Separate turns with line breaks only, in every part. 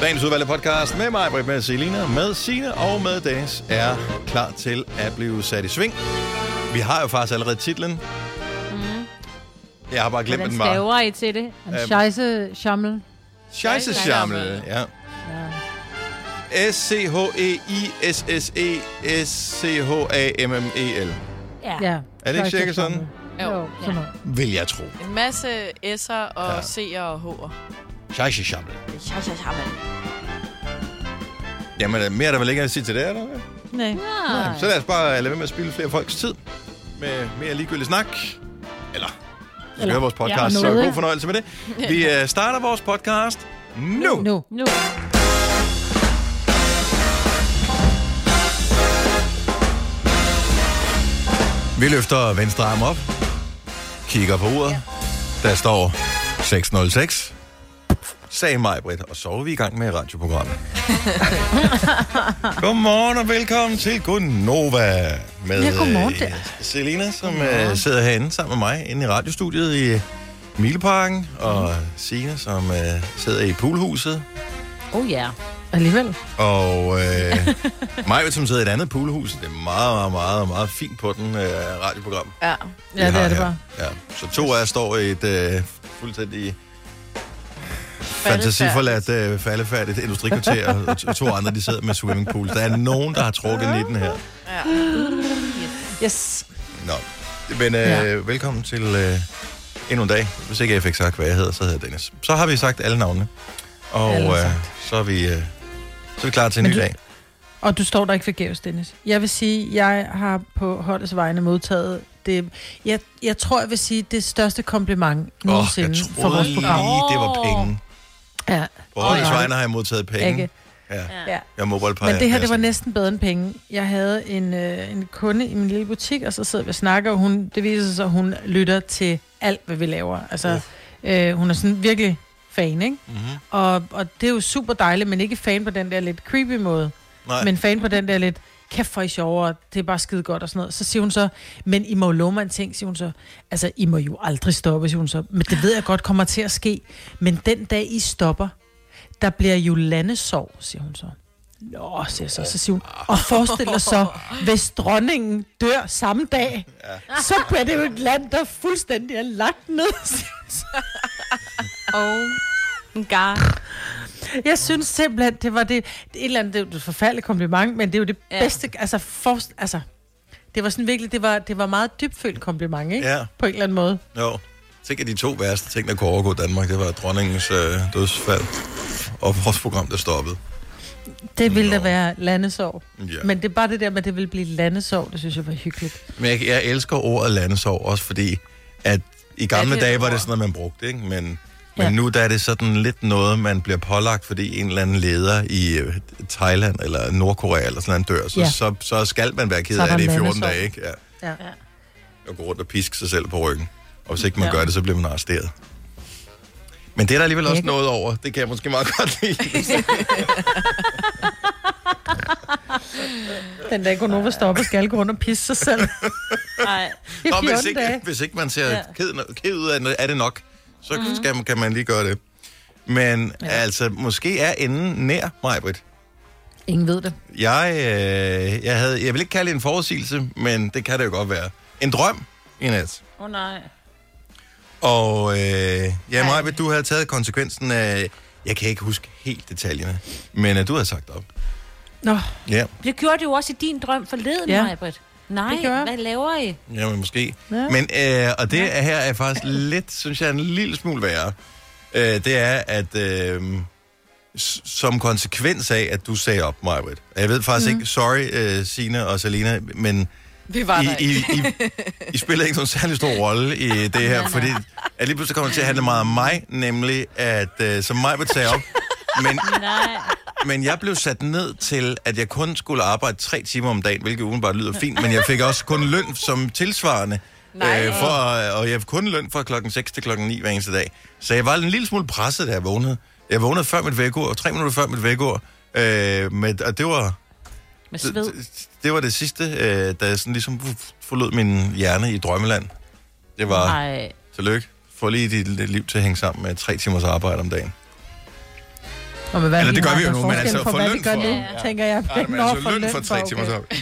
Dagens udvalgte podcast med mig, Britt, med Selina, med Sine og med Dennis er klar til at blive sat i sving. Vi har jo faktisk allerede titlen. Jeg har bare glemt,
Mm-hmm. Hvordan
hvad den var.
staver I til det?
Øhm.
Scheisse, Schammel.
Scheisse Schammel, ja. E S-C-H-E-I-S-S-E-S-C-H-A-M-M-E-L.
Ja.
Ja.
E Er det ikke cirka sådan?
Jo, jo sådan noget.
Vil jeg tro.
En masse S'er og
Ja.
C'er og H'er.
Scheisse Schammel.
Ja, ja, ja, man.
Jamen, der er mere er der vel ikke at sige til det, er der?
Nej.
Nej.
Så lad os bare lade være med at spille flere folks tid med mere ligegyldig snak. Eller, hvis du hører vores
ja, og
podcast,
noget,
ja, så god
ikke?
fornøjelse med det. Vi øh, starter vores podcast nu.
Nu.
Nu.
Vi løfter venstre arm op, kigger på uret. Der står 606. Sagde mig, Britt, og så er vi i gang med radioprogrammet. godmorgen og velkommen til Gunnova med
Ja, godmorgen, der.
øh, Selina, som øh, sidder herinde sammen med mig inde i radiostudiet i Mileparken, og Sina, som øh, sidder i poolhuset,
Oh ja.
Alligevel.
og øh, Maja, som sidder i et andet poolhus. Det er meget, meget, meget, meget fint på den øh, radioprogram.
Ja.
Ja, det
har
er det
her.
bare.
Ja. Så to af jer står i et øh, fuldstændig fantasiforladt, øh, faldefærdigt industrikvarter, og to- to andre de sidder med swimmingpool. Der er nogen, der har trukket 19 her.
Ja.
Yes.
Nå. Men øh,
Ja.
velkommen til øh, endnu en dag. Hvis ikke jeg fik sagt, hvad jeg hedder, så hedder jeg Dennis. Så har vi sagt alle navnene. Og
Alle
øh,
sagt.
så, er vi, øh, så er vi klar til en
Men
ny
du-
dag.
Og du står der ikke forgæves, Dennis. Jeg vil sige, jeg har på holdets vegne modtaget det... Jeg, jeg tror, jeg vil sige, det største kompliment
Åh, oh,
nogensinde
jeg
for vores
troede lige,
program.
det var penge.
Ja,
På holdets
nej.
vegne har jeg modtaget penge.
Ikke?
Ja.
ja.
Jeg må bare
Men det her, det var næsten bedre end penge. Jeg havde en, øh, en kunde i min lille butik, og så sidder vi og snakker, og hun, det viser sig, at hun lytter til alt, hvad vi laver. Altså,
Uh.
øh, hun er sådan virkelig fan, ikke?
Mm-hmm.
Og, og det er jo super dejligt, men ikke fan på den der lidt creepy måde.
Nej.
Men fan på den der lidt, kæft for I sjovere, det er bare skide godt og sådan noget. Så siger hun så, men I må jo love mig en ting, siger hun så. Altså, I må jo aldrig stoppe, siger hun så. Men det ved jeg godt kommer til at ske. Men den dag I stopper, der bliver jo landesorg, siger hun så. Nå, siger jeg så, så siger hun. Og forestil dig så, hvis dronningen dør samme dag, ja. så bliver det jo et land, der fuldstændig er lagt ned. siger hun så.
Oh god.
Jeg synes simpelthen, det var det, det er et eller andet, det er jo et forfærdeligt kompliment, men det er jo det
Ja.
ja. bedste, altså, for, altså, det var sådan virkelig, det var, det var meget dybfølt kompliment, ikke?
Ja.
På en eller anden måde.
Jo. Tænk, at de to værste ting, der kunne overgå Danmark, det var dronningens øh, dødsfald og vores program, der stoppede.
Det ville da
Nå.
være landesorg.
Ja.
Men det er bare det der med, at det ville blive landesorg, det synes jeg var hyggeligt.
Men jeg, jeg elsker ordet landesorg, også fordi, at i gamle
det
ja,
er
dage
et
var det
ord.
sådan noget, man brugte, ikke? Men,
Ja.
men nu der er det sådan lidt noget, man bliver pålagt, fordi en eller anden leder i øh, Thailand eller Nordkorea eller sådan en dør, så, ja.
Ja.
så, så skal man være ked
Så er
af det i
der
14
landesorg.
dage, ikke? Ja.
Ja.
og gå rundt og piske sig selv på ryggen. Og hvis ikke man ja.
Ja.
gør det, så bliver man arresteret. Men det er der alligevel også
Ikke?
noget over. Det kan jeg måske meget godt lide.
Den dag, kunne Nova stoppe, skal gå rundt og pisse sig selv
Nej.
i
Nå, hvis
14
ikke,
dage.
hvis ikke man ser ja. ked, ked ud af noget, er det nok, så mm. skal, man- kan man lige gøre det. Men ja. altså, måske er enden nær mig, Britt.
Ingen ved det.
Jeg, øh, jeg, havde, jeg vil ikke kalde det en forudsigelse, men det kan det jo godt være. En drøm i nat.
Åh oh, nej.
Og øh, ja, Maja, du havde taget konsekvensen af... Jeg kan ikke huske helt detaljerne, men øh, du havde sagt op.
Nå,
Ja,
Det gjorde det jo også i din drøm forleden,
Ja.
ja. Majbrit. Nej,
Det gjorde jeg.
hvad laver I?
ja men måske. Ja.
Ja.
Men, øh, og det ja. her er faktisk lidt, synes jeg, en lille smule værre. Øh, det er, at øh, s- som konsekvens af, at du sagde op, Maja, jeg ved faktisk mm. ikke, sorry, øh, Sina og Selina, men...
Mhm. Vi var der
I, I, I, I spiller ikke nogen særlig stor rolle i det her, fordi at lige pludselig kommer det til at handle meget om mig, nemlig at, øh, som mig vil tage op, men,
Nej.
men jeg blev sat ned til, at jeg kun skulle arbejde tre timer om dagen, hvilket udenbart lyder fint, men jeg fik også kun løn som tilsvarende. øh,
Nej.
for, og jeg fik kun løn fra klokken 6 til klokken 9 hver eneste dag. Så jeg var en lille smule presset, da jeg vågnede. Jeg vågnede før mit vækord, og tre minutter før mit vækord. Øh, med, og det var,
Med sved.
det, det var det sidste, øh, da jeg sådan ligesom f- forlod min hjerne i drømmeland. Det var, Nej.
Nej.
tillykke, få lige dit li- liv til at hænge sammen med tre timers arbejde om dagen.
Nå, men hvad
Eller
vi
det gør
har,
vi jo
der er
nu, men
forskellen
altså,
på,
for
hvad
løn
vi gør
for-
nu,
Ja, ja.
tænker jeg.
Nej, men
Nå,
altså løn for tre
okay.
timers arbejde.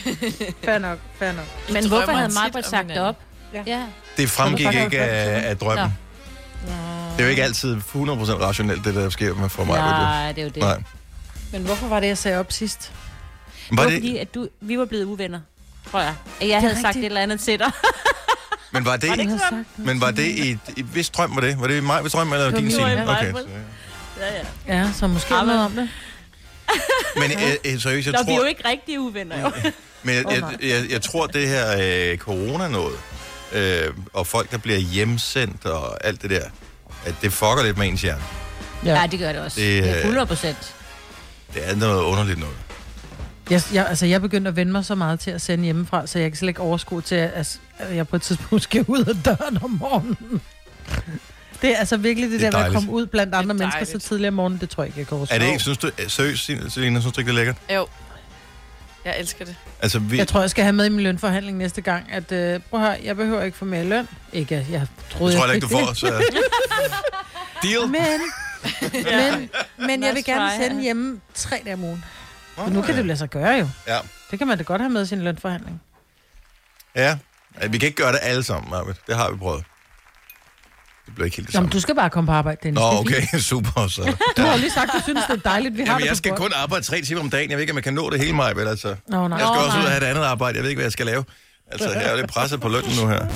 Fair nok, fair nok.
Men
I
hvorfor
drømmer
havde
tit
Margaret
om
sagt det
hinanden.
op?
Ja.
ja.
Det fremgik
Hvorfor
ikke af, af drømmen. Det er jo ikke altid 100% rationelt, det der sker med for mig. Nej.
Nej, det er jo det.
Nej.
Men hvorfor var det, jeg sagde op sidst?
Men,
Var
var
det var fordi,
det,
at du, vi var blevet uvenner, tror jeg. At jeg havde sagt
rigtigt.
et eller andet til dig.
men var det,
Var det ikke
Jeg havde sagt-
men var det i, i hvis drøm var det? Var det mig, hvis drøm eller
Det var
din
min
scene?
drøm.
Okay.
Mig, ja, ja.
Ja, så måske
Ej, men-
noget om det.
Men øh, øh, seriøst, jeg
Nå, vi er
tror...
jo ikke rigtige uvenner, jo.
Men jeg,
Åh,
jeg,
nej.
jeg, jeg tror, det her øh, corona noget, øh, og folk, der bliver hjemsendt og alt det der, at det fucker lidt med ens hjerne.
Ja,
Ja.
det gør det også.
Det,
Det,
øh,
100 procent.
Det er noget underligt noget.
Jeg, jeg, altså, jeg begyndte at vende mig så meget til at sende hjemmefra, så jeg kan slet ikke overskue til, at, altså, at jeg på et tidspunkt skal ud af døren om morgenen. Det er altså virkelig det,
Det er
det der med at
dejligt.
komme ud blandt andre mennesker så
dejligt.
tidligt om morgenen, det tror jeg ikke, jeg kan overskue.
Er det ikke, synes du, øh, seriøst, Selina, synes du ikke, det er lækkert?
Jo. Jeg elsker det.
Altså, vi,
Jeg tror, jeg skal have med i min lønforhandling næste gang, at øh, prøv at høre, jeg behøver ikke få mere løn. Ikke, at jeg troede,
jeg tror heller ikke,
fik
du får så... Deal?
Men, men, men jeg vil
Must
gerne
try.
sende hjemme tre dage om ugen. For nu kan det lade sig gøre jo.
Ja.
Det kan man da godt have med i sin lønforhandling.
Ja. Ja, Vi kan ikke gøre det alle sammen, Marvitt. Det har vi prøvet. Det bliver ikke helt det
Nå, men
samme.
du skal bare komme på arbejde, Dennis.
Nå,
Det er fint.
okay, super. Så.
Du har jo lige sagt, du synes, det er dejligt, vi har
Jamen,
det
jeg
på
skal
bånd.
kun arbejde tre timer om dagen. Jeg ved ikke, om jeg kan nå det hele mig, vel? Altså. Jeg
Nå, nej.
skal
Nå,
også ud
nej.
og have et andet arbejde. Jeg ved ikke, hvad jeg skal lave. Altså, jeg er jo lidt presset på lønnen nu her.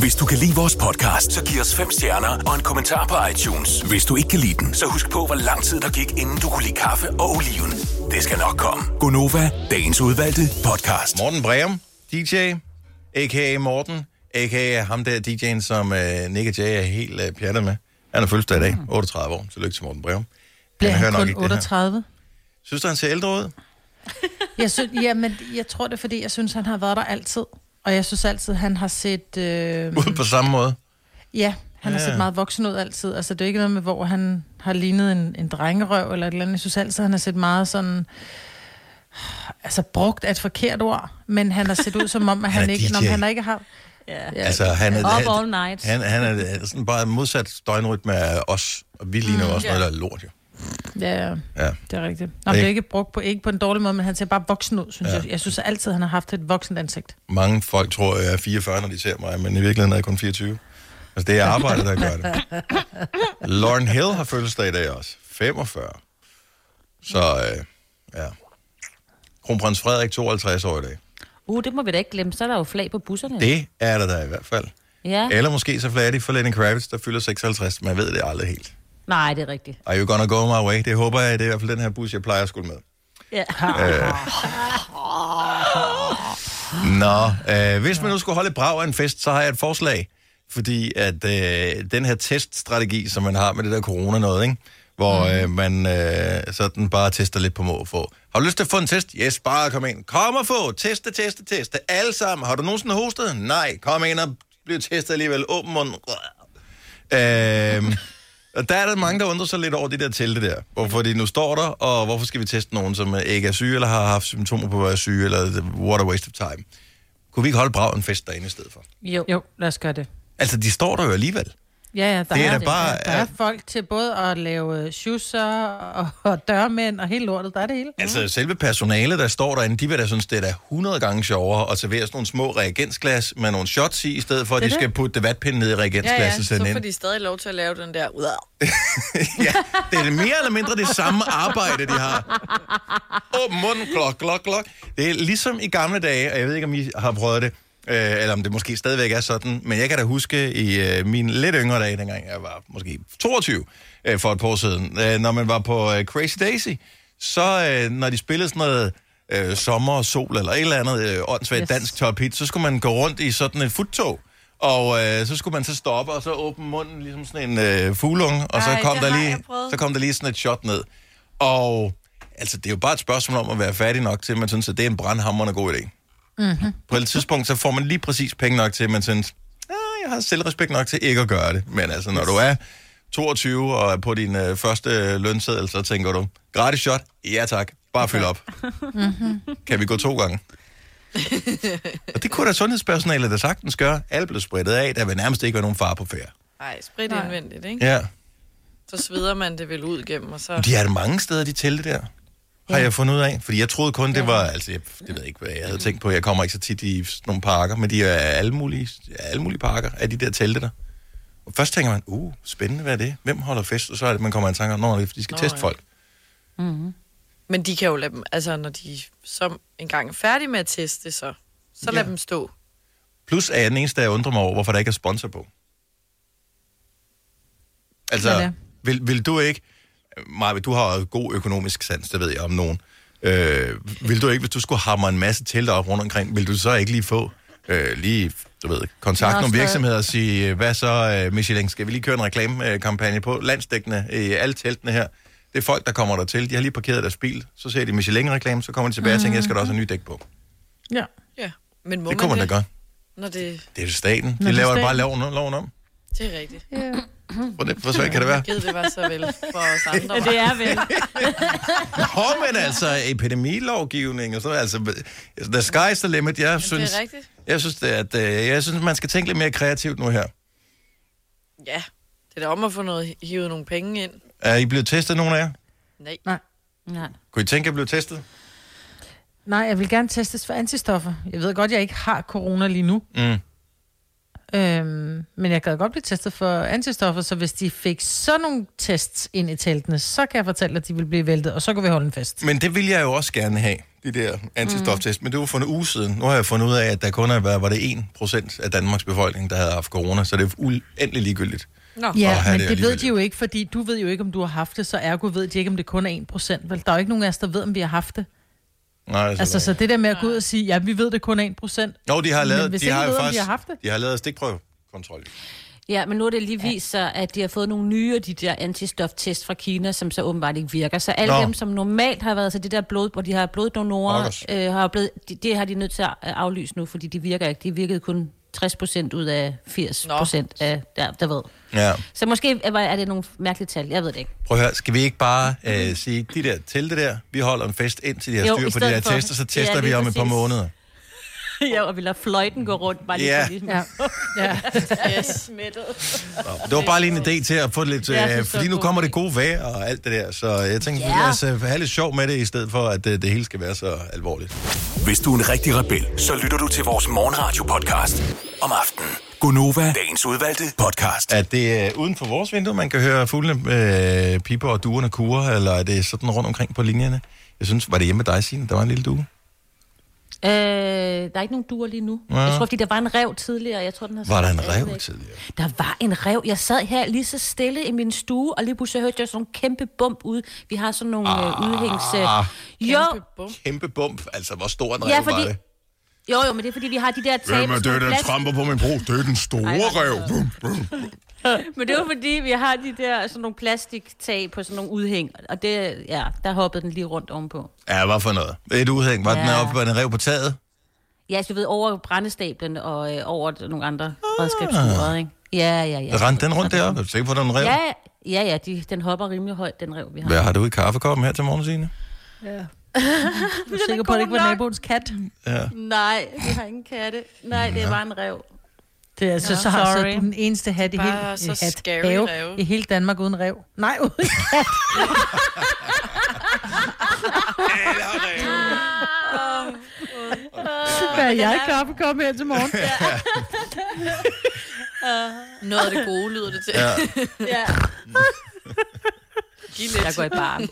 Hvis du kan lide vores podcast, så giv os fem stjerner og en kommentar på iTunes. Hvis du ikke kan lide den, så husk på, hvor lang tid der gik, inden du kunne lide kaffe og oliven. Det skal nok komme. Gonova, dagens udvalgte podcast.
Morten Breum, DJ, a.k.a. Morten, a.k.a. ham der DJ'en, som øh, Nick og Jay er helt øh, pjattet med. Han er fødselsdag i dag,
Mm.
38 år. Tillykke til Morten Breum.
Bliver
hører
han
nok
kun
ikke det her.
38?
Synes du, han ser ældre ud?
Jeg synes, ja, men jeg tror det, er, fordi jeg synes, han har været der altid. Og jeg synes altid, han har set... Øh,
Ud på samme måde.
ja, han har
Ja.
set meget voksen ud altid. Altså, det er jo ikke noget med, hvor han har lignet en, en drengerøv eller et eller andet. Jeg synes altid, han har set meget sådan... Altså, brugt er et forkert ord, men han har set ud som om, at
Han
han,
er
ikke,
DJ.
når han ikke har...
Ja.
Ja.
Altså, han er,
Up all
han,
night.
han, han er øh, sådan bare modsat døgnrytme af os. Og vi ligner mm, også noget, der er lort, jo.
Ja,
Ja.
det er rigtigt. Nå, men det er jo ikke brugt på, ikke på en dårlig måde, men han ser bare voksen ud, synes
Ja.
ja. jeg. Jeg synes altid, han har haft et voksent ansigt.
Mange folk tror, jeg er 44, når de ser mig, men i virkeligheden er jeg kun 24. Altså, det er arbejdet, der gør det. Lauren Hill har fødselsdag i dag også. 45. Så, øh, ja. Kronprins Frederik, 52 år i dag.
Uh, det må vi da ikke glemme. Så er der jo flag på busserne.
Det er der da i hvert fald.
Ja.
Eller måske så flatter de for Lenny Kravitz, der fylder 56. Man ved det aldrig helt.
Nej, det er rigtigt.
Are you gonna go my way? Det håber jeg, det er i hvert fald den her bus, jeg plejer at skulle med.
Ja.
Øh. Nå, øh, hvis man nu skulle holde et brag af en fest, så har jeg et forslag. Fordi at øh, den her teststrategi, som man har med det der corona noget, ikke? hvor øh, man øh, sådan bare tester lidt på må og få. Har du lyst til at få en test? Yes, bare kom ind. Kom og få. Teste, teste, teste. Alle sammen. Har du nogensinde hostet? Nej. Kom ind og bliv testet alligevel. Åben mund. Øh, og der er der mange, der undrer sig lidt over de der telte der. Hvorfor de nu står der, og hvorfor skal vi teste nogen, som øh, ikke er syge, eller har haft symptomer på at være syge, eller what a waste of time. Kunne vi ikke holde brav en fest derinde i stedet for?
Jo.
Jo, lad os gøre det.
Altså, de står der jo alligevel.
Ja, ja, der
Det er
er,
da
det.
bare-
der er folk til både at lave schusser og, og dørmænd og hele lortet. Der er det hele.
Altså, selve personalet, der står derinde, de vil da synes, det er da 100 gange sjovere at servere sådan nogle små reagensglas med nogle shots i, i stedet for, at de
Det er
skal putte det vatpind ned i
Ja, ja,
reagensglasset.
så
Ja, ja,
får
ind.
de stadig lov til at lave den der...
ja, det er det mere eller mindre det samme arbejde, de har. Åh, munden, klok, klok, klok. Det er ligesom i gamle dage, og jeg ved ikke, om I har prøvet det, øh, eller om det måske stadigvæk er sådan, men jeg kan da huske i øh, mine lidt yngre dage, dengang jeg var måske 22 øh, for et par år siden, øh, når man var på øh, Crazy Daisy, så øh, når de spillede sådan noget øh, sommer og sol eller et eller andet øh, åndssvagt yes.
Yes.
dansk top hit, så skulle man gå rundt i sådan et futtog, og øh, så skulle man så stoppe, og så åbne munden ligesom sådan en øh, fuglunge, og så
Ej,
kom,
det
der
har
lige,
jeg prøvet.
så kom der lige sådan et shot ned. Og altså, det er jo bare et spørgsmål om at være fattig nok til, at man synes, at det er en brandhammerende god idé. Mm-hmm. På et tidspunkt, så får man lige præcis penge nok til, at man synes, "Ah, jeg har selvrespekt nok til ikke at gøre det. Men altså, når du er 22 og er på din øh, første øh, lønseddel, så tænker du, gratis shot, ja tak, bare fyld op.
Mm-hmm.
kan vi gå to gange? og det kunne da sundhedspersonalet da sagtens gøre. Alle blev spredt af, der vil nærmest ikke være nogen far på færre.
Nej, sprit indvendigt, ikke?
Ja.
Så sveder man det vel ud igennem, og så...
De er der mange steder, de telte der. Har
Ja.
jeg fundet ud af. Fordi jeg troede kun, det var... Altså, jeg, det ved jeg ikke, hvad jeg havde tænkt på. Jeg kommer ikke så tit i sådan nogle parker, men de er alle mulige, alle mulige parker af de der telte der. Og først tænker man, uh, spændende, hvad er det? Hvem holder fest? Og så er det, man kommer i tanke om, "Nå, det er, fordi de skal
Nå,
teste
ja.
folk.
Men de kan jo lade dem... Altså, når de som engang er færdige med at teste, så, så lad
Ja.
dem stå.
Plus er jeg den eneste, der undrer mig over, hvorfor der ikke er sponsor på.
Hvad
Altså,
da?
vil, vil du ikke... Maja, du har jo god økonomisk sans, det ved jeg om nogen. Øh, vil du ikke, hvis du skulle hamre en masse telte op rundt omkring, vil du så ikke lige få øh, lige, du ved, kontakt
Nå,
nogle
så-
virksomheder og sige, øh, hvad så, øh, Michelin, skal vi lige køre en reklamekampagne på landsdækkende i alle teltene her? Det er folk, der kommer der til. De har lige parkeret deres bil, så ser de Michelin-reklame, så kommer de tilbage og tænker, jeg skal da
Mhm.
også have ny dæk på.
Ja.
Ja. Men må
Det
man
kunne man da godt.
Når det...
Det er jo staten.
det
De
er
laver
staten.
bare loven, loven om.
Det er rigtigt.
Hvor, det, hvor svært kan det være?
Givet det var så vel for os andre.
Ja, det er vel.
Nå, men altså, epidemilovgivning og sådan noget, altså, the sky's the limit. Jeg synes,
rigtigt.
jeg synes, det, er, at, øh, jeg synes, man skal tænke lidt mere kreativt nu her.
Ja, det er da om at få noget, hivet nogle penge ind.
Er I blevet testet, nogen af jer?
Nej.
Nej.
Nej.
Kunne I tænke, at jeg blev testet?
Nej, jeg vil gerne testes for antistoffer. Jeg ved godt, jeg ikke har corona lige nu.
Mm.
Øhm, men jeg gad godt blive testet for antistoffer, så hvis de fik sådan nogle tests ind i teltene, så kan jeg fortælle, at de vil blive væltet, og så kan vi holde en fest.
Men det ville jeg jo også gerne have, de der antistoftest. Mm. Men det var for en uge siden. Nu har jeg fundet ud af, at der kun er, hvad var det 1% af Danmarks befolkning, der havde haft corona, så det er uendelig ligegyldigt.
Nå.
Ja,
Åh, her er
men
det
det, det ved
alligevel.
de jo ikke, fordi du ved jo ikke, om du har haft det, så ergo ved de ikke, om det kun er 1%. Vel, der er jo ikke nogen af os, der ved, om vi har haft det.
Nej,
Altså, så det der med at gå ud og sige, ja, vi ved det kun er 1%.
Jo, de har
Men
lavet,
hvis
de
ingen
har jo
ved, om de
faktisk,
har haft det?
de har lavet stikprøvekontrol.
Ja, men nu er det lige vist sig, at de har fået nogle nye af de der antistoftest fra Kina, som så åbenbart ikke virker. Så alle
Nå.
Nå. dem, som normalt har været, så det der blod, hvor de har
Pokkers.
bloddonorer, øh, har blevet, det, det har de nødt til at aflyse nu, fordi de virker ikke. De virkede kun 60 procent ud af 80 procent af, ja, der ved.
Ja.
Så måske øh, er- er det nogle mærkelige tal, jeg ved det ikke.
Prøv at høre, skal vi ikke bare øh, sige, de der telte der, vi holder en fest indtil de har
Mm-hmm. Jo,
styr
i
på de der
stedet for.
tester, så
Ja,
tester
lige
vi om et par
præcis.
måneder.
ja, og vi lader fløjten gå rundt, bare lige
Ja.
yeah. for ligesom.
Ja. ja.
Yes.
Det var bare lige en idé til at få lidt,
Ja, jeg
øh,
synes, det
fordi
var
nu
en
kommer
god
det gode vejr og alt det der, så jeg tænkte, yeah.
Ja.
lad os øh, have lidt sjov med det, i stedet for at øh, det hele skal være så alvorligt.
Hvis du er en rigtig rebel, så lytter du til vores morgenradio-podcast om aftenen. Gunova, dagens udvalgte podcast.
Er det øh, uden for vores vindue, man kan høre fuglene øh, piper og duerne kurer, eller er det sådan rundt omkring på linjerne? Jeg synes, var det hjemme med dig, Signe? Der var en lille due.
Øh, der er ikke nogen duer lige nu.
Ja.
Ja. Jeg tror, fordi der var en rev tidligere. Jeg tror, den har
Var der en
sat
rev
væk.
tidligere?
Der var en rev. Jeg sad her lige så stille i min stue, og lige pludselig hørte jeg sådan en kæmpe bump ud. Vi har sådan nogle ah, udhængs... Øh. Jo,
Kæmpe bum.
Kæmpe bump, altså hvor stor en rev
ja,
var
fordi...
det?
Jo, jo, men det er fordi, vi har de der taber...
på min bro? Det er den store rev. Vum, vum.
Men det var fordi, vi har de der sådan nogle plastiktag på sådan nogle udhæng. Og det, ja, der hoppede den lige rundt ovenpå.
Ja, hvad for noget? Et udhæng. Var ja. den
Ja.
oppe på en rev på taget?
Ja, så du ved, over brændestablen og øh, over nogle
Ah.
andre redskabsure, ikke? Ja, ja, ja.
Rendte den rundt deroppe? Er du sikker på, at der er en rev?
Ja, ja, ja de, den hopper rimelig højt, den rev, vi har.
Hvad har du i kaffekoppen her til morgen, Signe?
Du er sikker på, at det ikke var naboens kat?
Ja.
Nej, vi har ingen katte. Nej, det er bare en rev.
Det er, altså, så har så er du den eneste hat i
Bare
hele,
så
hat,
scary ræve.
i hele Danmark uden rev. Nej, uden Hvad er jeg kaffe komme her til morgen?
Ah. Noget af det gode lyder det til.
Ja.
Ja.
Giv lidt.
Jeg går i barn.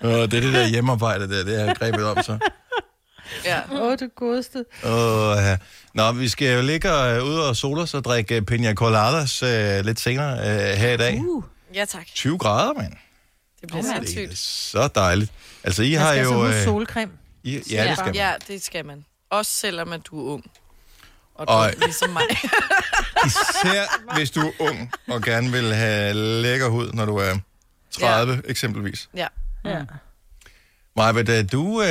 Og det er det der hjemmearbejde der, det har jeg grebet om så.
Ja.
Åh, oh, du godeste.
Åh, ja. Nå, vi skal jo ligge øh, ude og sole os og drikke øh, pina coladas øh, lidt senere øh, her i dag.
Uh,
ja, tak.
20 grader, mand.
Det bliver
Åh, mand.
Det er
sindssygt.
så dejligt. Altså, I
Jeg
har
skal
jo...
altså
øh,
nu solcreme.
I, ja, det skal man.
Ja, det skal man. Også selvom, at du er ung. Og du
Og-
er ligesom mig.
Især hvis du er ung og gerne vil have lækker hud, når du er 30 ja. eksempelvis.
ja.
Ja.
Maja, du øh,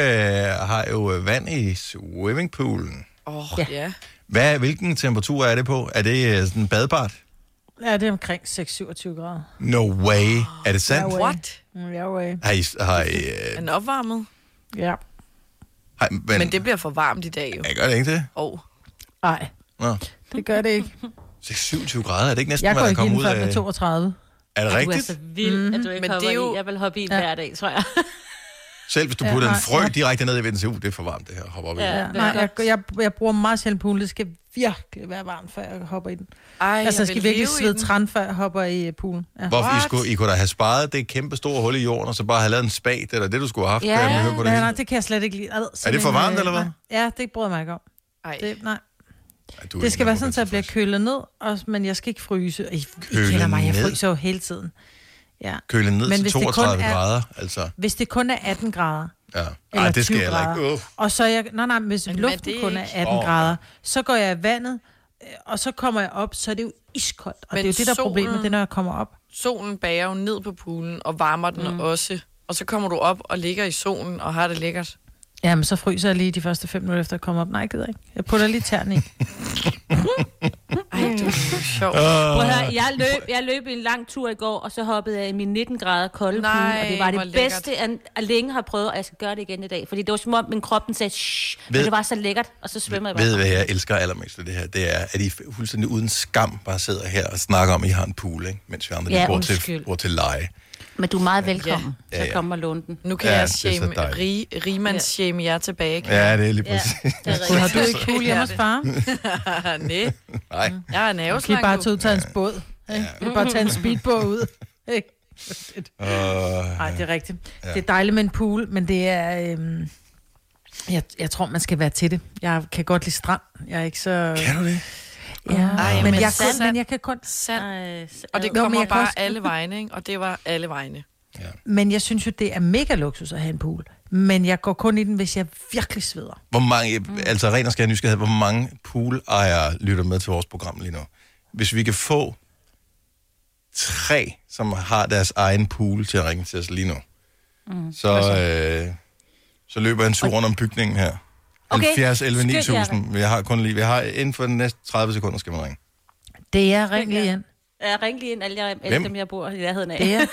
har jo øh, vand i swimmingpoolen.
Åh, oh,
Ja.
ja. ja.
Hvad, hvilken temperatur er det på? Er det øh, sådan badbart?
ja, det er omkring 6-27 grader.
No way. Er det sandt?
No way.
What?
Mm, Ja, way.
Har I, har I, øh,
Er den opvarmet?
Ja.
har, men,
Men det bliver for varmt i dag jo.
Jeg gør det ikke det?
Og
Ej,
Nå.
det gør det ikke.
26 grader, er det ikke næsten,
Jeg
hvad
går
der
ikke
kommer
inden
ud
før
af...
med 32.
Er det
Du er
rigtigt?
så vild, mm-hmm. at du
Men
ikke Men hopper
det er jo-
i. Jeg vil hoppe i
Mhm. Ja.
ja. hver dag, tror jeg.
Selv hvis du
Ja,
putter en
nej,
frø
ja.
direkte ned i vinden, så uh, det er for varmt det her, hopper op i.
Ja.
Ja.
Ja, nej, jeg, jeg, jeg bruger meget sjældent poolen. Det skal virkelig være varmt, før jeg hopper i den.
Ej,
altså, jeg skal
vil
virkelig
leve i
svede
den.
træn, før jeg hopper i øh, poolen. Ja.
Hvorfor I,
What?
skulle, I kunne da have sparet det kæmpe store hul i jorden, og så bare have lavet en spag, eller det du skulle have haft,
Ja,
da man hører på det
Nej,
hele.
nej, det kan jeg slet ikke lide. Ad,
Er det for varmt, eller hvad?
Ja, det bryder jeg mig ikke om.
Ej,
Det, nej.
Ej, du er
det
ikke
skal være sådan,
noget
at jeg bliver
tilfreds.
kølet ned, og, men jeg skal ikke fryse. I, I
Kølet
kender mig, jeg
ned?
fryser jo hele tiden. Ja.
kølet ned
Men
til
hvis det kun
32
er-
grader, altså.
Hvis det kun er 18 grader,
Ja.
eller
Ej, det skal
20
jeg heller
grader.
ikke. Uff.
Og så er jeg, nej, nej, men hvis
Men
men
er
luften
det
kun er
ikke-
18
Åh.
oh. grader, så går jeg i vandet, øh, og så kommer jeg op, så er det jo iskoldt. Og
Men
men det er jo det, der er problemet,
solen-
det er, når jeg kommer op.
solen bager jo ned på poolen og varmer den mm. også. Og så kommer du op og ligger i solen og har det lækkert.
Jamen, så fryser jeg lige de første fem minutter efter at komme op. Nej, jeg gider ikke. Jeg putter lige tærne i.
Ej, det er sjovt.
Øh.
Prøv at høre, jeg løb, jeg løb en lang tur i går, og så hoppede jeg i min 19 grader kolde
Nej,
pool, og det var
hvor
det
lækkert.
bedste, jeg, jeg længe har prøvet, og jeg skal gøre det igen i dag. Fordi det var som om, min krop den sagde, shh,
Ved-
men det var så lækkert, og så svømmer jeg bare.
Ved I, hvad jeg elsker allermest ved det her? Det er, at I fuldstændig uden skam bare sidder her og snakker om, at I har en pool, ikke? mens vi andre
Ja,
ja, bor, til,
undskyld.
bor til leje.
Men du er meget velkommen
Ja,
ja. til
ja.
at komme og låne den.
Nu kan
Ja,
ja,
det
jeg
er så
shame,
dejligt.
rig, rigmands shame jer tilbage. Kan
Ja, det er lige præcis. Ja.
det er
Har du
rigtigt.
ikke pool hjemme hos far?
jeg? Nej,
Nej.
jeg er en
Kan I
haveslange.
bare
du.
tage ud og tage hans båd? Ikke? Vi kan bare tage en speedbåd ud.
Uh,
Nej, det er rigtigt. Det er dejligt med en pool, men det er... Øhm, jeg, jeg tror, man skal være til det. Jeg kan godt lide strand. Jeg er ikke så... Ja,
kan du det?
Ej, men,
men
jeg
sand.
kun, men jeg kan kun...
Sand.
Ej, så-
Og det
Jo, men
kommer
jeg kan
bare
også-
alle vegne, ikke? Og det var alle vegne.
Men jeg synes jo, det er mega luksus at have en pool. Men jeg går kun i den, hvis jeg virkelig sveder.
Hvor mange, altså ren og skær nysgerrighed, hvor mange poolejere lytter med til vores program lige nu? Hvis vi kan få tre, som har deres egen pool til at ringe til os lige nu, mm. så,
Altså-
øh, så løber jeg en tur rundt om bygningen her.
Okay.
Okay. 70, 11,
Skynd jer.
9000. Vi har kun lige, vi har inden for de næste 30 sekunder, skal man ringe.
Det er ring lige
Ja.
ind.
Jeg ringer lige ind, alle, jeg,
Hvem?
alle dem, jeg bor i nærheden af.
Det er.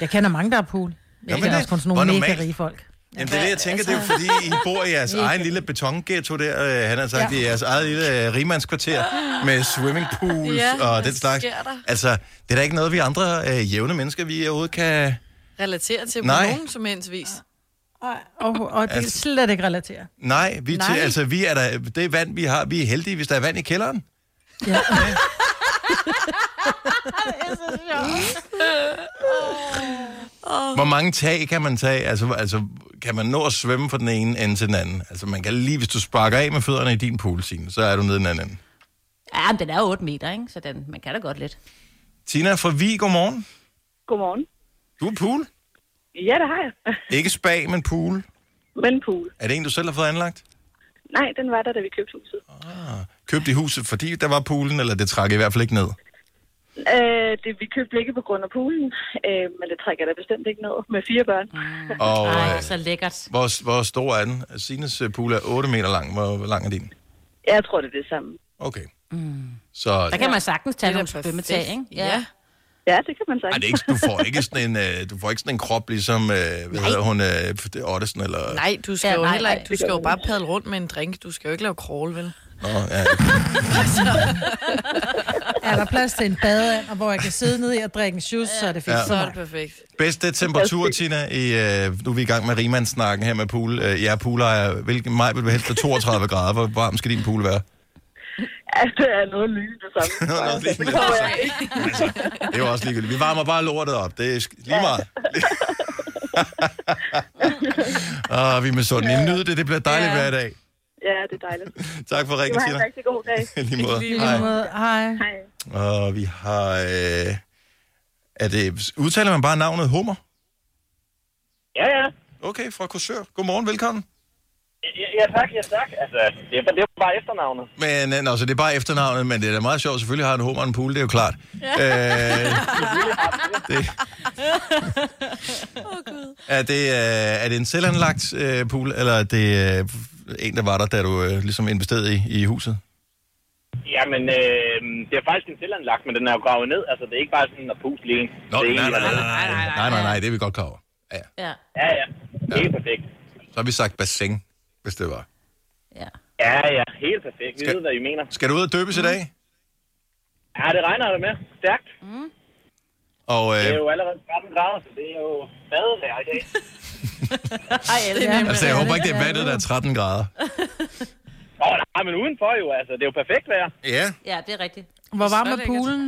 Jeg kender mange, der har pool.
Ja,
Jeg
men
kender
det-
også kun sådan
hvor
nogle mega
normalt.
rige folk.
Jamen, det er det, jeg tænker. Det er jo
altså-
fordi, I bor i jeres egen lille betonghetto der. øh, Han har sagt, ja. det er jeres eget lille øh, rigmandskvarter med swimmingpools
Ja,
og
hvad
den slags.
sker der?
Altså, det er da ikke noget, vi andre øh, jævne mennesker, vi overhovedet kan...
Relateret til på
Nej.
nogen som helst vis.
Og, og, og det er
Altså-
slet ikke relateret.
Nej, vi, Nej.
Nej.
Til, altså, vi er der, det vand, vi har, vi er heldige, hvis der er vand i kælderen.
Ja.
Hvor mange tag kan man tage? Altså, altså, kan man nå at svømme fra den ene ende til den anden? Altså, man kan lige, hvis du sparker af med fødderne i din pool, Signe, så er du nede i den anden ende.
Ja, men den er jo 8 meter, ikke? så den, man kan da godt lidt.
Tina fra Vi, godmorgen.
Godmorgen.
Du er pool.
Ja, det har jeg.
Ikke spa, men pool.
Men pool.
Er det en, du selv har fået anlagt?
Nej, den var der, da vi købte huset.
købte i huset, fordi der var poolen, eller det trak i hvert fald ikke ned.
Øh, det, vi købte ikke på grund af poolen, øh, men det trækker jeg da bestemt ikke ned med fire børn.
Og
Mm. Ej,
øh,
så lækkert.
hvor, hvor stor er den? Sines øh, pool er 8 meter lang. Hvor lang er din?
Jeg tror, det er det samme.
Okay. Mm. Så ej,
Der kan man sagtens tage
Det er
nogle
da
svømmetag,
perfekt.
ikke?
Ja.
Ja, det kan man sige.
det er ikke, du, får ikke sådan en, øh, du får ikke sådan en krop, ligesom øh, hvad hedder hun, øh, det er Ottesen, eller...
Nej, du skal
Ja,
jo
nej,
heller
nej.
ikke. Du skal jo bare padle rundt med en drink. Du skal jo ikke lave crawl, vel?
Nå, ja.
Er der plads til en badeand, og hvor jeg kan sidde ned og drikke en juice, så er det fint
Ja.
ja.
Så
for
er det
mig.
perfekt.
Bedste temperatur, Tina, i, øh, nu er vi i gang med Riemann-snakken her med pool. Øh, jeg er poolejer. Hvilken maj vil du helst for 32 grader? Hvor varm skal din pool være?
Ja, det er noget lydigt det samme.
Nå, noget lignende
Det kommer
det
jeg ikke.
Det er jo også ligegyldigt. Vi varmer bare lortet op. Det er sk- lige meget. Ah, vi er med sådan. Nyd det. Det bliver dejligt hver dag.
Ja, det er dejligt.
Tak for
Du
ringen,
har
Tina.
en rigtig god dag.
I lige måde.
I lige
Hej.
måde, Hej.
Hej.
Og vi har... Øh, er det, udtaler man bare navnet Hummer?
Ja, ja.
Okay, fra Korsør. Godmorgen, velkommen.
Ja, ja tak, ja tak. Altså, det, er- det var bare efternavnet.
Men øh, altså, det er bare efternavnet, men det er da meget sjovt. Selvfølgelig har en hummer en pool, det er jo klart. Øh, det. er, det, øh, er det en selvanlagt øh, pool, eller er det øh, en, der var der, da du øh, ligesom investerede i, i huset?
Jamen, øh, det er faktisk en selvanlagt, men den er jo gravet ned. Altså, det er ikke bare sådan at puste lige.
Nå,
det er
nej,
en,
nej, nej,
der er-
nej, nej, nej, nej, nej, det er vi godt klar over. Ja, ja.
Ja,
Ja, ja. Helt perfekt.
så har vi sagt bassin, hvis det var.
ja.
Ja, ja. Helt perfekt. Vi
Skal-
ved, hvad I mener.
Skal du ud og døbes i dag?
Ja, det regner det med. Stærkt.
Og,
Det
øh,
er jo allerede 13 grader, så det er jo badevejr i dag.
Ej, ja.
altså, jeg håber ikke, det er vandet, der er 13 grader.
Åh, nej, men udenfor jo, altså. Det er jo perfekt vejr.
Ja.
ja, det er rigtigt.
Hvor varm
Så
er
altså.
lækkert.
poolen?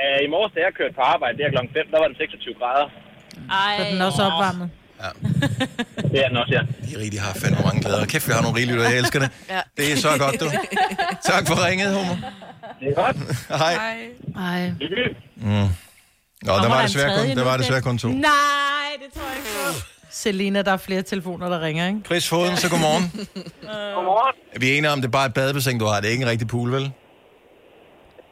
Øh, I morges, da jeg kørte på arbejde, der klokken 5, der var det 26 grader.
Ej,
Så er den også opvarmet.
Det er den også, ja.
De rigtig har fandme mange glæder. Kæft, vi har nogle rige lytter. Jeg elsker det. Ja. Det er så godt, du. Tak for ringet, Homo.
Det er godt.
Hej. Mm.
Ej.
Hygge.
Nå, der var
der en
desværre
tredje
kun, der
nu,
var
det?
desværre kun to.
Nej, det tror jeg ikke på.
Selina, der er flere telefoner, der ringer, ikke? Øh.
Chris Foden, så godmorgen.
Godmorgen.
Vi er enige om, det er bare et badebassin, du har. Det er ikke en rigtig pool, vel?
Nej,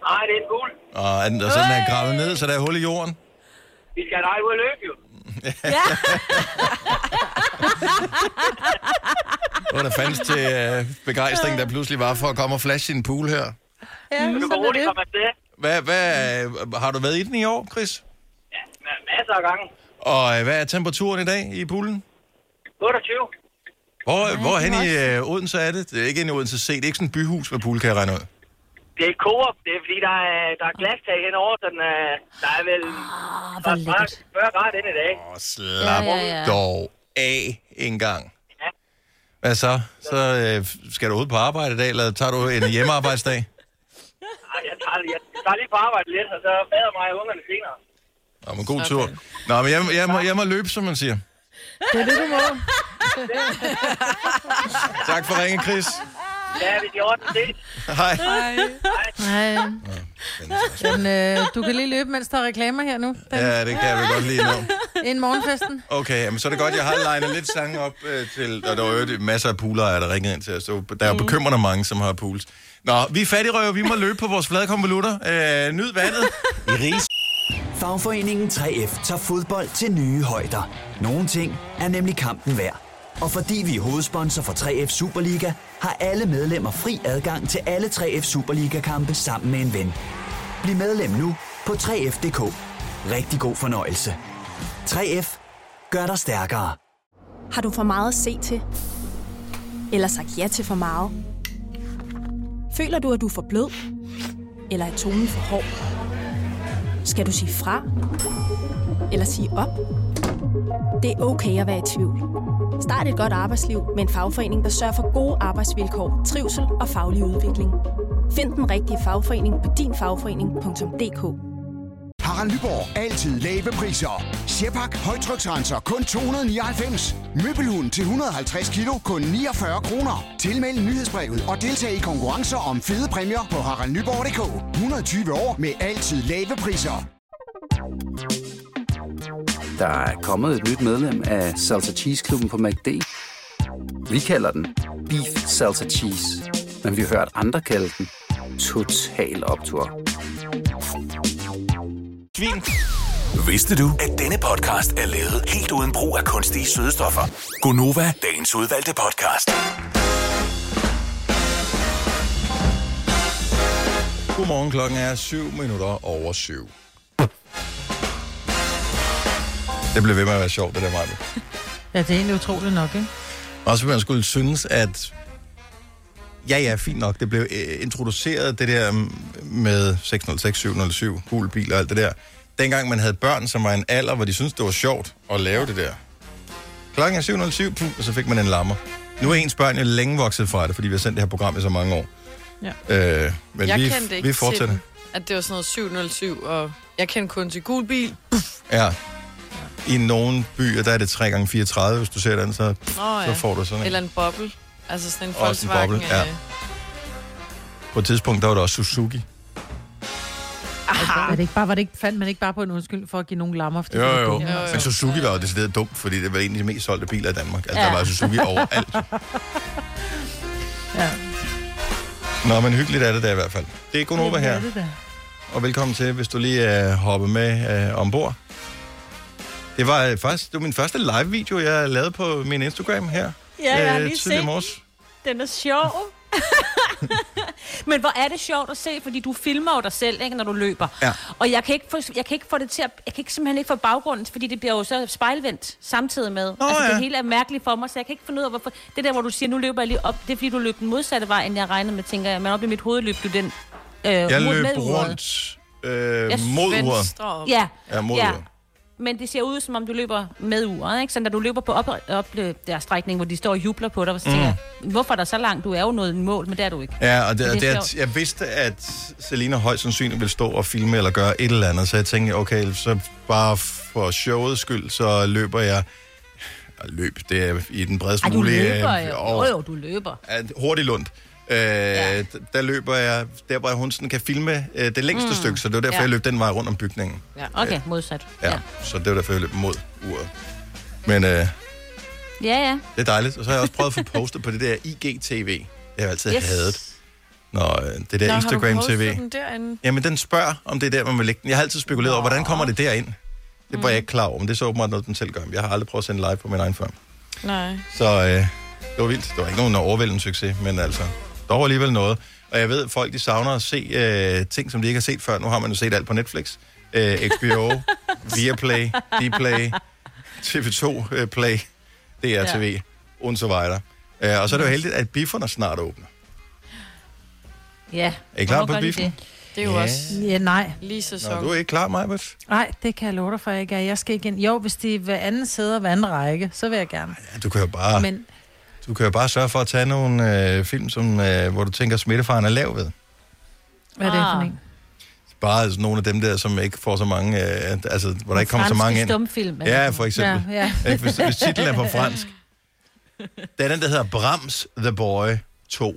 Ah, det er en gul.
Og, er den- og så er den
Øh.
er gravet ned, så der er hul i jorden.
Vi skal have dig ud og løbe, jo.
Det var der fandtes til øh, begejstring, der pludselig var for at komme og flashe sin pool her.
Ja,
Du kan roligt komme afsted.
Hvad, hvad, øh, har du været i den i år, Chris?
Ja, ma- masser af gange.
Og øh, hvad er temperaturen i dag i poolen?
28.
Hvor, ja, hvor hen i øh, Odense er det? Det er ikke inde i Odense C. Det er ikke sådan et byhus med pool, kan jeg regne ud.
Det er Coop. Det er fordi, der er, der er glastag henover, så den er, der er vel
Ah,
der
hvor
er
lækkert.
30 40 grader ind i dag.
Åh, slap ja,
Ja,
ja,
ja,
ja.
ja.
dog af en gang.
Ja.
Hvad så? Så øh, skal du ud på arbejde i dag, eller tager du en hjemmearbejdsdag?
Ej, jeg, tager, jeg, jeg tager lige på arbejde lidt, og så bader mig og ungerne senere.
Nå, men god tur. Nå, men jeg, jeg, må, jeg må løbe, som man siger.
Det er det, du må.
Tak for ringen, Chris.
Ja, vi er i orden set.
Hej.
Nej. Men, øh, du kan lige løbe, mens der er reklamer her nu.
Ja, det kan jeg vel godt lide nu.
Inden morgenfesten.
Okay, jamen, så er det godt, jeg har legnet lidt sange op øh, til, og der var jo øvrigt masser af poolere, der ringede ind til os. Så der er jo bekymrende mange, som har pools. Nå, vi er fattigrøver, vi må løbe på vores flade konvolutter. Øh, nyd vandet.
I Ries. Fagforeningen 3F tager fodbold til nye højder. Nogle ting er nemlig kampen værd. Og fordi vi er hovedsponsor for 3F Superliga, har alle medlemmer fri adgang til alle 3F Superliga-kampe sammen med en ven. Bliv medlem nu på 3F.dk. Rigtig god fornøjelse. 3F gør dig stærkere.
Har du for meget at se til? Eller sagt ja til for meget? Føler du, at du er for blød? Eller er tonen for hård? Skal du sige fra? Eller sige op? Det er okay at være i tvivl. Start et godt arbejdsliv med en fagforening, der sørger for gode arbejdsvilkår, trivsel og faglig udvikling. Find den rigtige fagforening på dinfagforening.dk.
Harald Nyborg. Altid lave priser. Sjehpak. Højtryksrenser. Kun 299. Møbelhund til 150 kilo. Kun 49 kroner. Tilmeld nyhedsbrevet og deltag i konkurrencer om fede præmier på haraldnyborg.dk. 120 år med altid lave priser.
Der er kommet et nyt medlem af Salsa Cheese Klubben på MACD. Vi kalder den Beef Salsa Cheese, men vi har hørt andre kalde den Total Optor.
Svin.
Vidste du, at denne podcast er lavet helt uden brug af kunstige sødestoffer? Gonova, dagens udvalgte podcast.
Godmorgen, klokken er 7 minutter over 7. Det blev ved med at være sjovt, det der, Maja.
Ja, det er egentlig utroligt nok, ikke?
Også hvis man skulle synes, at... Ja, ja, fint nok. Det blev øh, introduceret, det der mm, med 606, 707, gule bil og alt det der. Dengang man havde børn, som var i en alder, hvor de syntes, det var sjovt at lave det der. Klokken er 707, puh, og så fik man en lammer. Nu er ens børn jo længe vokset fra det, fordi vi har sendt det her program i så mange år. Ja. Øh, men
Jeg
vi,
kendte ikke
vi fortsætter.
til den, at det var sådan noget 707, og jeg kendte kun til gul bil.
Ja. I nogle byer, der er det 3 gange 34 hvis du ser den, så,
Nå,
så
ja.
får du sådan en.
Eller en boble. Altså sådan en
Også en
Volkswagen.
boble, ja.
øh,
På et tidspunkt, der var der også Suzuki.
Altså, Er det ikke bare, var det ikke, fandt man ikke bare på en undskyld for at give nogen lammer? fordi
Jo,
det var
jo.
dumt?
Jo, jo.
Men altså, Suzuki var jo decideret dumt, fordi det var en af de mest solgte biler i Danmark. Altså, ja. der
Ja.
var Suzuki overalt.
Ja.
Nå, men hyggeligt er det da i hvert fald. Det er Gunova
Det er
her,
det da.
og velkommen til, hvis du lige øh, hopper med øh, ombord. Det var øh, faktisk det var min første live-video, jeg lavede på min Instagram her.
Ja, jeg har lige
tidligt i
set
morges.
Den er sjov. Men hvor er det sjovt at se, fordi du filmer jo dig selv, ikke, når du løber.
Ja.
Og jeg kan, ikke få, jeg kan ikke få det til at, jeg kan ikke simpelthen ikke få baggrunden, fordi det bliver jo så spejlvendt samtidig med.
Nå,
altså,
ja.
det hele er mærkeligt for mig, så jeg kan ikke finde ud af, hvorfor... Det der, hvor du siger, nu løber jeg lige op, det er fordi, du løb den modsatte vej, end jeg regnede med, tænker jeg. Men op i mit hoved løb du den øh,
Jeg
mod-
løb
med uret.
rundt Øh,
Jeg
mod
venstre
uret.
op. Ja.
Ja, mod
Ja.
uret.
Men det ser ud, som om du løber med uret, ikke? Så når du løber på op, op øh, der strækning, hvor de står og jubler på dig, så tænker jeg, hvorfor er der så langt? Du er jo nået i mål, men det er du ikke.
Mm. Ja, og
Men
det, det er,
sjovt.
at jeg vidste, at Selina højst sandsynligt ville stå og filme eller gøre et eller andet, så jeg tænkte, okay, så bare for showets skyld, så løber jeg... Og løb, det er i den bredest
Ej, du
mulige...
løber
øh,
jo.
og-
Jo, jo, du løber.
at hurtigt lundt. Øh, ja. Der løber jeg, der hvor hun sådan kan filme øh, det længste
Mm.
mm. stykke, så det var derfor,
Ja.
ja. jeg løb den vej rundt om bygningen.
Ja. Okay, modsat.
Ja, ja. Så det var derfor, jeg løb mod uret. Men øh,
Ja, ja.
det er dejligt. Og så har jeg også prøvet at få postet på det der IGTV. Det har jeg altid
Yes.
yes. hadet. Nå, øh, det
Nå,
der
har du
Instagram-TV.
postet den derinde?
Jamen, den spørger, om det er der, man vil lægge den. Jeg har altid spekuleret over, hvordan kommer det derind? Det var jeg ikke klar over, men det er så åbenbart noget, den selv gør. Jeg har aldrig prøvet at sende live på min egen før.
Nej.
Så øh, det var vildt. Det var ikke nogen overvældende succes, men altså, dog alligevel noget. Og jeg ved, at folk de savner at se øh, ting, som de ikke har set før. Nu har man jo set alt på Netflix. Øh, HBO, Viaplay, Dplay, TV2 øh, Play, DRTV, ja. og så videre. Øh, og så er det jo heldigt, at bifferne snart åbner.
Ja.
Er I klar på biffen?
Det er jo
Ja.
også
Ja, nej.
lige sæson.
Nå, du er ikke klar, Majbert?
Nej, det kan jeg love dig for, jeg ikke er. Jeg skal ikke ind. Jo, hvis det er hver anden sæde og hver anden række, så vil jeg gerne.
Ja, du kan jo bare, men...
Men
du kan jo bare sørge for at tage nogle øh, film, som, øh, hvor du tænker, at smittefaren er lav ved.
hvad er det for en?
Bare altså, nogle af dem der, som ikke får så mange... Øh, altså, hvor der ikke kommer så mange ind.
stumfilm. eller
Ja,
sådan.
for eksempel.
Ja, ja.
Ikke, hvis, hvis titlen er på fransk. Det er den, der hedder Brams The Boy 2.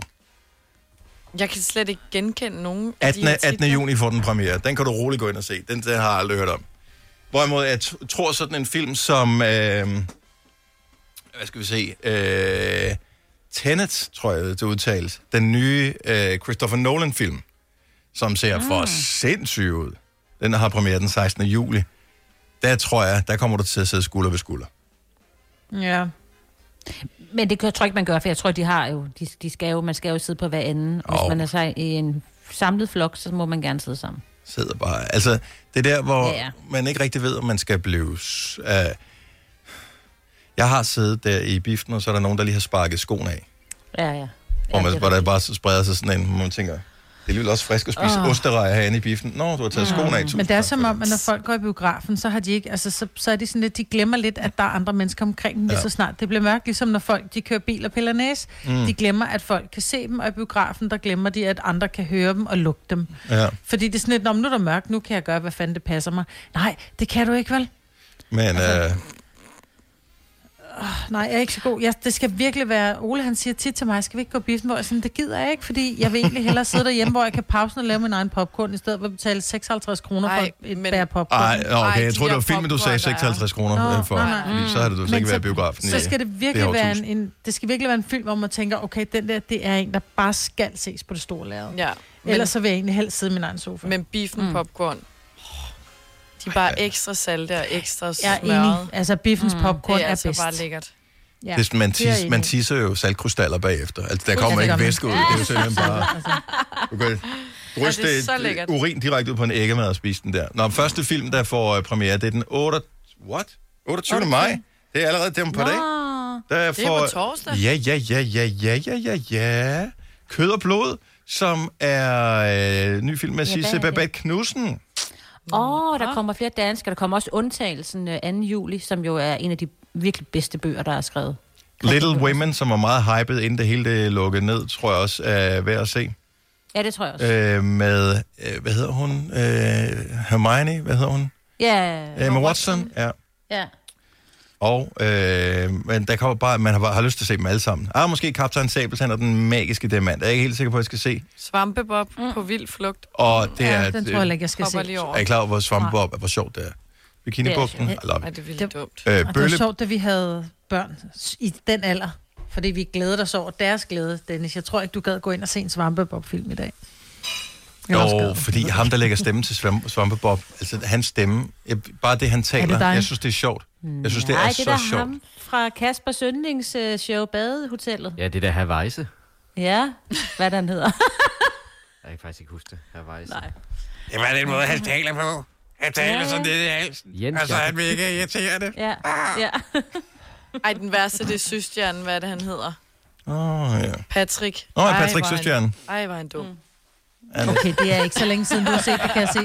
Jeg kan slet ikke genkende nogen af de
18.
her
18.
titler.
juni får den premiere. Den kan du roligt gå ind og se. Den, den har jeg aldrig hørt om. Hvorimod jeg t- tror sådan en film som... Øh, hvad skal vi se? Øh, Tenet, tror jeg, det udtales. Den nye øh, Christopher Nolan-film, som ser ah. for sindssyg ud. Den har premiere den 16. juli. Der tror jeg, der kommer du til at sidde skulder ved skulder.
Ja.
Men det kan- tror jeg ikke, man gør, for jeg tror, de har jo, de, de skal jo, man skal jo sidde på hver anden. Hvis
Jo.
man er sig i en samlet flok, så må man gerne sidde sammen.
sidder bare... Altså, det er der, hvor
Ja.
ja. man ikke rigtig ved, om man skal blive... s- Øh, jeg har siddet der i biften, og så er der nogen, der lige har sparket skoen af.
Ja, ja.
Hvor, man, hvor der bare så spreder sig sådan en, hvor man tænker, det er alligevel også frisk at spise
Åh.
oh. osterejer herinde i biften. Nå, du har taget skoen af.
Men
Tusind
det er
tak
som
for
om, at når folk går i biografen, så har de ikke, altså så, så er de sådan lidt, de glemmer lidt, at der er andre mennesker omkring dem, ja.
Ja.
så snart det bliver mørkt, ligesom når folk, de kører bil og piller næse, mm.
Mm.
de glemmer, at folk kan se dem, og i biografen, der glemmer de, at andre kan høre dem og lugte dem.
Ja,
Fordi det er sådan lidt, "Nå, men nu er der mørkt, nu kan jeg gøre, hvad fanden det passer mig. Nej, det kan du ikke, vel?
men øh,
Nej, jeg er ikke så god. Jeg, det skal virkelig være... Ole, han siger tit til mig, skal vi ikke gå i biffen? Hvor jeg sådan, det gider jeg ikke, fordi jeg vil egentlig hellere sidde derhjemme, hvor jeg kan pause og lave min egen popcorn, i stedet for at betale 56 kroner for
Ej,
et
men-
bær popcorn.
ej, okay, jeg
de
tror, det
der
var filmen, du sagde
popcorn, der er.
56 kroner
Nå,
øh, for.
nej, nej.
Fordi så havde du
Men
så ikke
så-
været i biografen.
Så
i
skal det virkelig
her
være en,
årtusind.
en, det skal virkelig være en film, hvor man tænker, okay, den der, det er en, der bare skal ses på det store lærred.
Ja, men,
Ellers så vil jeg egentlig helst sidde i min egen sofa.
men biffen mm. popcorn. De er bare ekstra salte og ekstra
jeg er
smørret.
enig. Altså, biffens mm, popcorn
det er,
er,
altså
bedst.
bare lækkert.
Ja,
Det, er- man,
det er jeg
tis, man
enig i.
tisser jo saltkrystaller bagefter. Altså, der
Ja,
kommer
det gør
ikke
man.
væske ud. Det er jo simpelthen bare... Du kan ryste
det er
det
så lækkert.
et urin direkte ud på en æggemad og spise den der. Nå, første film, der får øh, premiere, det er den 8... What? 28. Okay. maj. Det er allerede dem på dag.
Ah.
Der
Det er på torsdag.
Ja, ja, ja, ja, ja, ja, ja, ja. Kød og blod, som er øh, ny film med
Ja,
Sisse
hvad er det?
Babat Knudsen.
Åh, oh, der kommer flere danskere. Der kommer også undtagelsen øh, 2. juli, som jo er en af de virkelig bedste bøger, der er skrevet.
Little Women, som var meget hyped, inden det hele det lukkede ned, tror jeg også er værd at se.
Ja, det tror jeg også. Øh,
Øh, med, øh, hvad hedder hun? Øh, Hermione, hvad hedder hun?
ja,
Øh, med Watson, ja.
ja.
Og øh, men der kommer bare, man har, bare, har lyst til at se dem alle sammen. Ah, måske Kaptajn Sabeltand og den magiske diamant. Jeg er ikke helt sikker på, at jeg skal se.
Svampebob mm. på vild flugt.
Og det er, øh,
Ja, den tror jeg ikke, jeg skal
Hopper
se.
lige over.
er I klar over, hvor svampebob er, hvor sjovt det er? Bikinibugten, I
sjovt.
love
Ej,
it.
det er vildt
Det-
dumt.
Øh,
Og det var
Bølle,
sjovt, da vi havde børn s- i den alder. Fordi vi glædede os over deres glæde, Dennis. Jeg tror ikke, du gad gå ind og se en svampebob-film i dag. Jeg var også glad.
jo, fordi ham, der lægger stemme til svamp, svampebob, altså hans stemme, jeg, bare det, han taler,
det dig?
jeg synes, det er sjovt. Jeg synes, det er
Nej,
så
det er
sjovt.
ham fra Kasper Søndings øh, show Badehotellet.
Ja, det der Havajse.
Ja, hvad den hedder.
Jeg kan faktisk ikke huske det. Havajse.
Nej.
Det var den måde, han taler på. Han
Ja, ja.
det i halsen. Ah.
Jens Jacob.
Altså, vil ikke irritere det.
ja, ja.
Ej, den værste, det er Søstjernen, hvad er det, han hedder?
Åh, oh, ja.
Patrick.
Nå, ja,
Ej,
Patrick
hvor er han-
Søstjernen.
Ej, var han dum. Mm.
Okay, det er ikke så længe siden, du har set det, kan jeg se.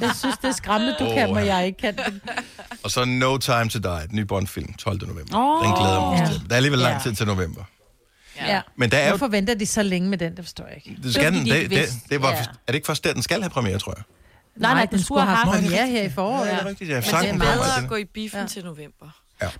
Jeg synes, det er skræmmende, du
Åh,
kan, og
ja.
jeg ikke kan. det.
Og så No Time to Die, den nye Bond-film, 12. november.
Åh.
Den glæder jeg mig også
Ja.
til. Der er alligevel
Ja.
lang tid til november.
Ja.
Men der er jo-
Hvorfor venter de så længe med den, det forstår jeg ikke.
Det skal den, det, det, det var,
Ja.
er det ikke først der, den skal have premiere, tror jeg?
Nej, nej, den skulle have haft
haft
den.
premiere her i foråret.
Ja, det er
rigtigt, ja.
Men det
Sangen
er
kommer
bedre
til-
at gå i biffen ja. til november.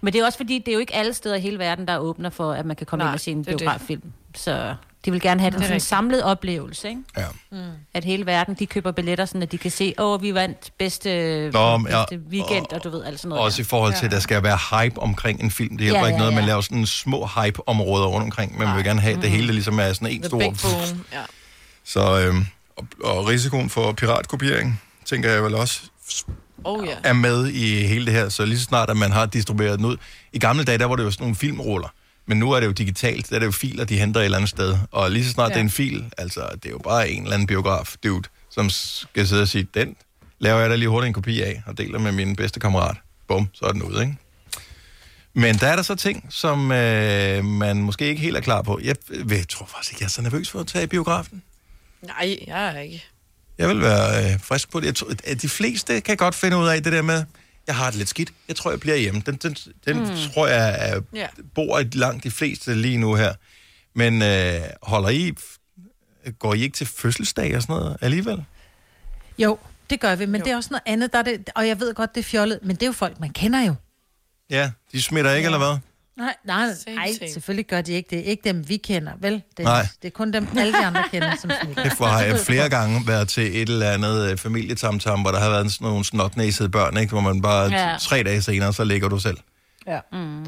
Men det er også fordi, det er jo ikke alle steder i hele verden, der åbner for, at man kan komme
Nej,
ind og se en
det er det.
biograffilm. Så de vil gerne have
Det
den
er
sådan
rigtigt.
samlet oplevelse, ikke?
Ja.
Mm. At hele verden, de køber billetter, sådan at de kan se, åh, vi vandt bedste,
Nå, men-
bedste weekend, og du ved, alt sådan noget.
Også i forhold til, at der skal være hype omkring en film. Det hjælper ja, ja, ja. ikke noget, at man laver sådan små hype-områder rundt omkring, men man vil gerne have, at det hele ligesom er sådan en
The
stor...
Big Boom, ja.
Så, øhm, og, og risikoen for piratkopiering, tænker jeg vel også,
Oh ja.
er med i hele det her. Så lige så snart, at man har distribueret den ud. I gamle dage, der var det jo sådan nogle filmruller. Men nu er det jo digitalt, der er det jo filer, de henter et eller andet sted. Og lige så snart ja.
Ja.
det er en fil, altså det er jo bare en eller anden biograf, dude, som skal sidde og sige, den laver jeg da lige hurtigt en kopi af, og deler med min bedste kammerat. Bum, så er den ude, ikke? Men der er der så ting, som øh, man måske ikke helt er klar på. Jeg, jeg tror faktisk ikke, jeg er så nervøs for at tage i biografen.
Nej, jeg er ikke.
Jeg vil være øh, frisk på det. Jeg tror, at de fleste kan godt finde ud af det der med, jeg har det lidt skidt, jeg tror, jeg bliver hjemme. Den, den, den
Mm.
mm. tror jeg er,
Ja.
bor i langt de fleste lige nu her. Men øh, holder I, går I ikke til fødselsdag og sådan noget alligevel?
Jo, det gør vi, men jo. det er også noget andet, der er det, og jeg ved godt, det er fjollet, men det er jo folk, man kender jo.
Ja, de smitter ikke, ja. eller hvad?
Nej, nej, nej, selvfølgelig gør de ikke det. Ikke dem, vi kender, vel? Det,
Nej.
det er kun dem, alle de andre kender, som smitter.
Kæft, hvor har jeg flere gange været til et eller andet øh, familietamtam, hvor der har været sådan nogle snotnæsede børn, ikke? hvor man bare
Ja.
ja. tre dage senere, så ligger du selv.
Ja.
Mm.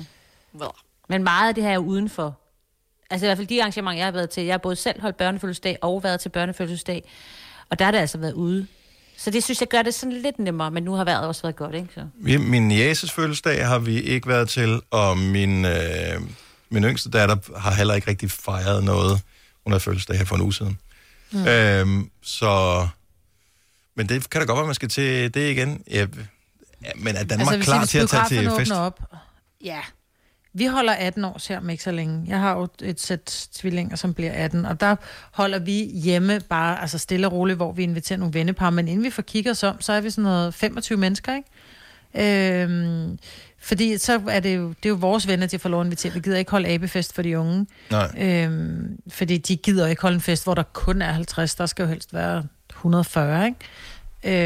Men meget af det her er jo udenfor. Altså i hvert fald de arrangementer, jeg har været til. Jeg har både selv holdt børnefødselsdag og været til børnefødselsdag. Og der har det altså været ude. Så det synes jeg gør det sådan lidt nemmere, men nu har vejret også været godt, ikke? Så.
Vi- Min jæses fødselsdag har vi ikke været til, og min, øh, min yngste datter har heller ikke rigtig fejret noget. Hun havde fødselsdag her for en uge siden. Mm. Øhm, så... Men det kan da godt være, at man skal til det igen. Ja, ja, men er Danmark altså, klar
hvis
til at tage til
biograferne
fest?
åbner Op, ja. Vi holder 18 års her om ikke så længe. Jeg har jo et sæt tvillinger, som bliver 18, og der holder vi hjemme bare altså stille og roligt, hvor vi inviterer nogle vennepar, men inden vi får kigger os om, så er vi sådan noget 25 mennesker, ikke? Øhm, fordi så er det jo, det er jo vores venner, de får lov at invitere. Vi gider ikke holde abefest for de unge.
Nej.
Øhm, fordi de gider ikke holde en fest, hvor der kun er 50. Der skal jo helst være 140, ikke?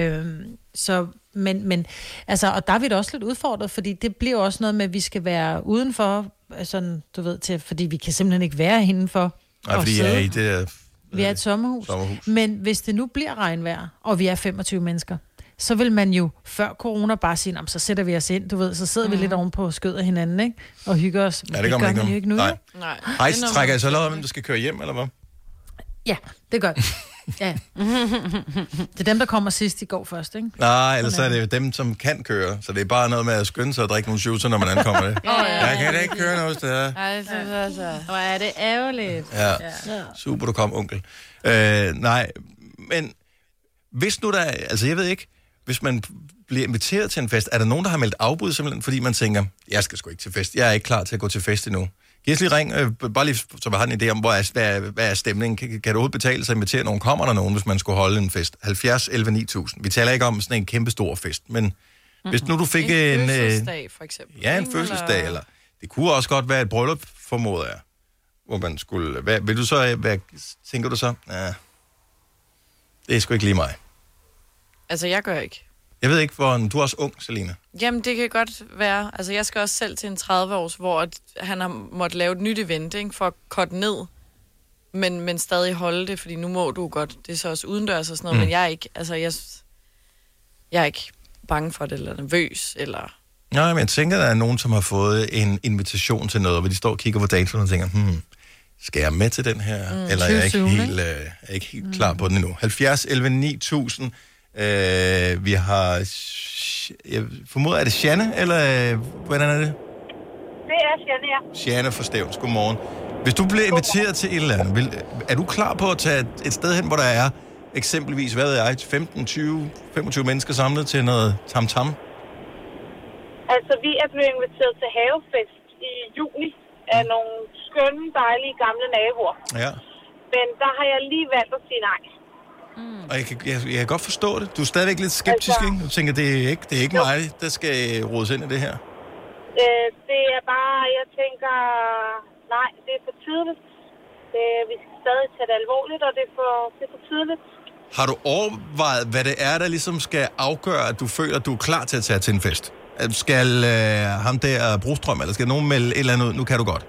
Øhm, så, men, men, altså, og der er vi da også lidt udfordret, fordi det bliver jo også noget med, at vi skal være udenfor, øh, sådan, du ved, til, fordi vi kan simpelthen ikke være indenfor.
Nej,
og
fordi jeg er
sidde.
i det der
Vi er et sommerhus.
sommerhus.
Men hvis det nu bliver regnvejr, og vi er 25 mennesker, så vil man jo før corona bare sige, "Nå, men så sætter vi os ind, du ved, så sidder mm. vi lidt ovenpå og skyder hinanden, ikke? Og hygger os. Men
Ja, det gør man ikke,
man jo
nu.
ikke nu.
Nej.
jo.
Nej.
Hej, så trækker jeg så allerede, hvem der skal køre hjem, eller hvad?
Ja, det gør vi. Ja. Det er dem, der kommer sidst, de går først, ikke?
Nej, eller så er det jo dem, som kan køre. Så det er bare noget med at skynde sig og drikke nogle shooter, når man ankommer det. Jeg kan da ikke køre noget steder.
Ej, så, så, så. Hvor er det ærgerligt.
Ja. Super, du kom, onkel. Øh, nej, men hvis nu der... Altså, jeg ved ikke, hvis man bliver inviteret til en fest, er der nogen, der har meldt afbud simpelthen, fordi man tænker, jeg skal sgu ikke til fest, jeg er ikke klar til at gå til fest endnu. Giv os lige ring, øh, b- bare lige, så vi har en idé om, hvor er, hvad, er, hvad er stemningen? Kan, kan det overhovedet betale sig at invitere nogen? Kommer der nogen, hvis man skulle holde en fest? 70, 11, 9000. Vi taler ikke om sådan en kæmpe stor fest, men mm-hmm. hvis nu du fik en...
en
øh,
fødselsdag, for eksempel.
Ja, en
ikke?
fødselsdag, eller... Det kunne også godt være et bryllup, formoder jeg. Hvor man skulle... Hvad, vil du så... Hvad, tænker du så? Ja, det er sgu ikke lige mig.
Altså, jeg gør ikke.
Jeg ved ikke, hvor... Du er også ung, Selina.
Jamen, det kan godt være. Altså, jeg skal også selv til en 30-års, hvor at han har måttet lave et nyt event, ikke, for at korte ned, men, men stadig holde det, fordi nu må du godt. Det er så også udendørs og sådan noget, mm.
Mm.
men jeg er ikke, altså, jeg, jeg er ikke bange for det, eller nervøs, eller...
Nej, men jeg tænker, der er nogen, som har fået en invitation til noget, hvor de står og kigger på datoen og tænker, hmm, skal jeg med til den her?
Mm,
Mm, Eller er jeg ikke
2020,
helt, øh, er ikke helt mm. klar på den endnu? 70, 11, 9000. Øh, vi har... Sh- Jeg formoder, er det Shanne, eller øh, hvordan er det?
Det er Sianne, ja.
Sjana fra Stævns, godmorgen. Hvis du bliver inviteret til et eller andet, vil, er du klar på at tage et- et sted hen, hvor der er eksempelvis, hvad ved jeg, 15, 20, 25 mennesker samlet til noget tamtam?
Altså, vi er blevet inviteret til havefest i juni af nogle skønne, dejlige gamle naboer.
Ja.
Men der har jeg lige valgt at sige nej.
Og jeg kan, jeg, jeg kan godt forstå det. Du er stadigvæk lidt skeptisk,
Altså-
ikke? Du tænker, det er ikke, det er ikke mig, der skal rodes ind i det her.
Øh, det er bare, jeg tænker, nej, det er for tidligt. Øh, vi skal stadig tage det alvorligt, og det er for, det er for tidligt.
Har du overvejet, hvad det er, der ligesom skal afgøre, at du føler, at du er klar til at tage til en fest? At Skal øh, ham der Brostrøm, eller skal nogen melde et eller andet ud? Nu kan du godt.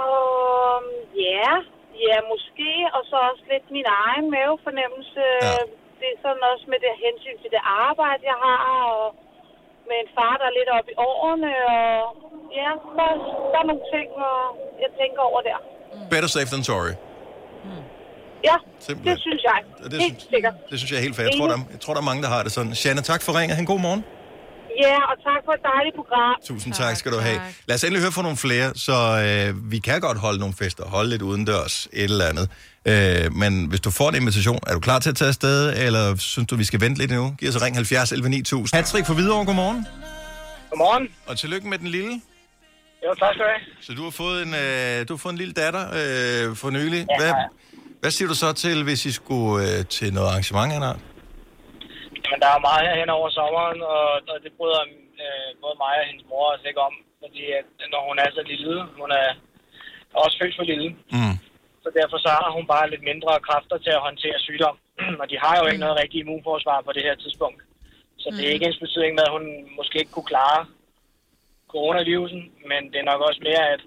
Og ja, ja, måske, og så også lidt min egen mavefornemmelse. Ja. Det er sådan også med det hensyn til det arbejde, jeg har, og med en far, der er lidt oppe i årene, og ja, der, der er nogle ting, og jeg tænker over der.
Better safe than sorry.
Ja,
Simpelthen.
det synes jeg.
Og det
Helt sikkert.
Det synes jeg er helt fair. Jeg tror, der, jeg tror, der er mange, der har det sådan. Shanna, tak for ringet. Han god morgen.
Ja, og tak for et dejligt program.
Tusind tak, tak skal du have. Lad os endelig høre fra nogle flere, så øh, vi kan godt holde nogle fester, holde lidt udendørs, et eller andet. Øh, men hvis du får en invitation, er du klar til at tage afsted, eller synes du, vi skal vente lidt endnu? Giv os ring 70 11 9000. Patrick fra Hvidovre, godmorgen.
Godmorgen.
Og tillykke med den lille.
Jo, tak skal du have.
Så du har fået en, øh, du har fået en lille datter øh, for nylig. Hvad, hvad siger du så til, hvis I skulle øh, til noget arrangement, han har?
Jamen, der er meget her hen over sommeren, og, og det bryder øh, både mig og hendes mor os ikke om. Fordi at, når hun er så lille, hun er også født for lille.
Mm.
Så derfor så har hun bare lidt mindre kræfter til at håndtere sygdom. og de har jo ikke noget rigtig immunforsvar på det her tidspunkt. Så det
Mm.
er ikke ens betydning med, at hun måske ikke kunne klare coronavirusen, men det er nok også mere, at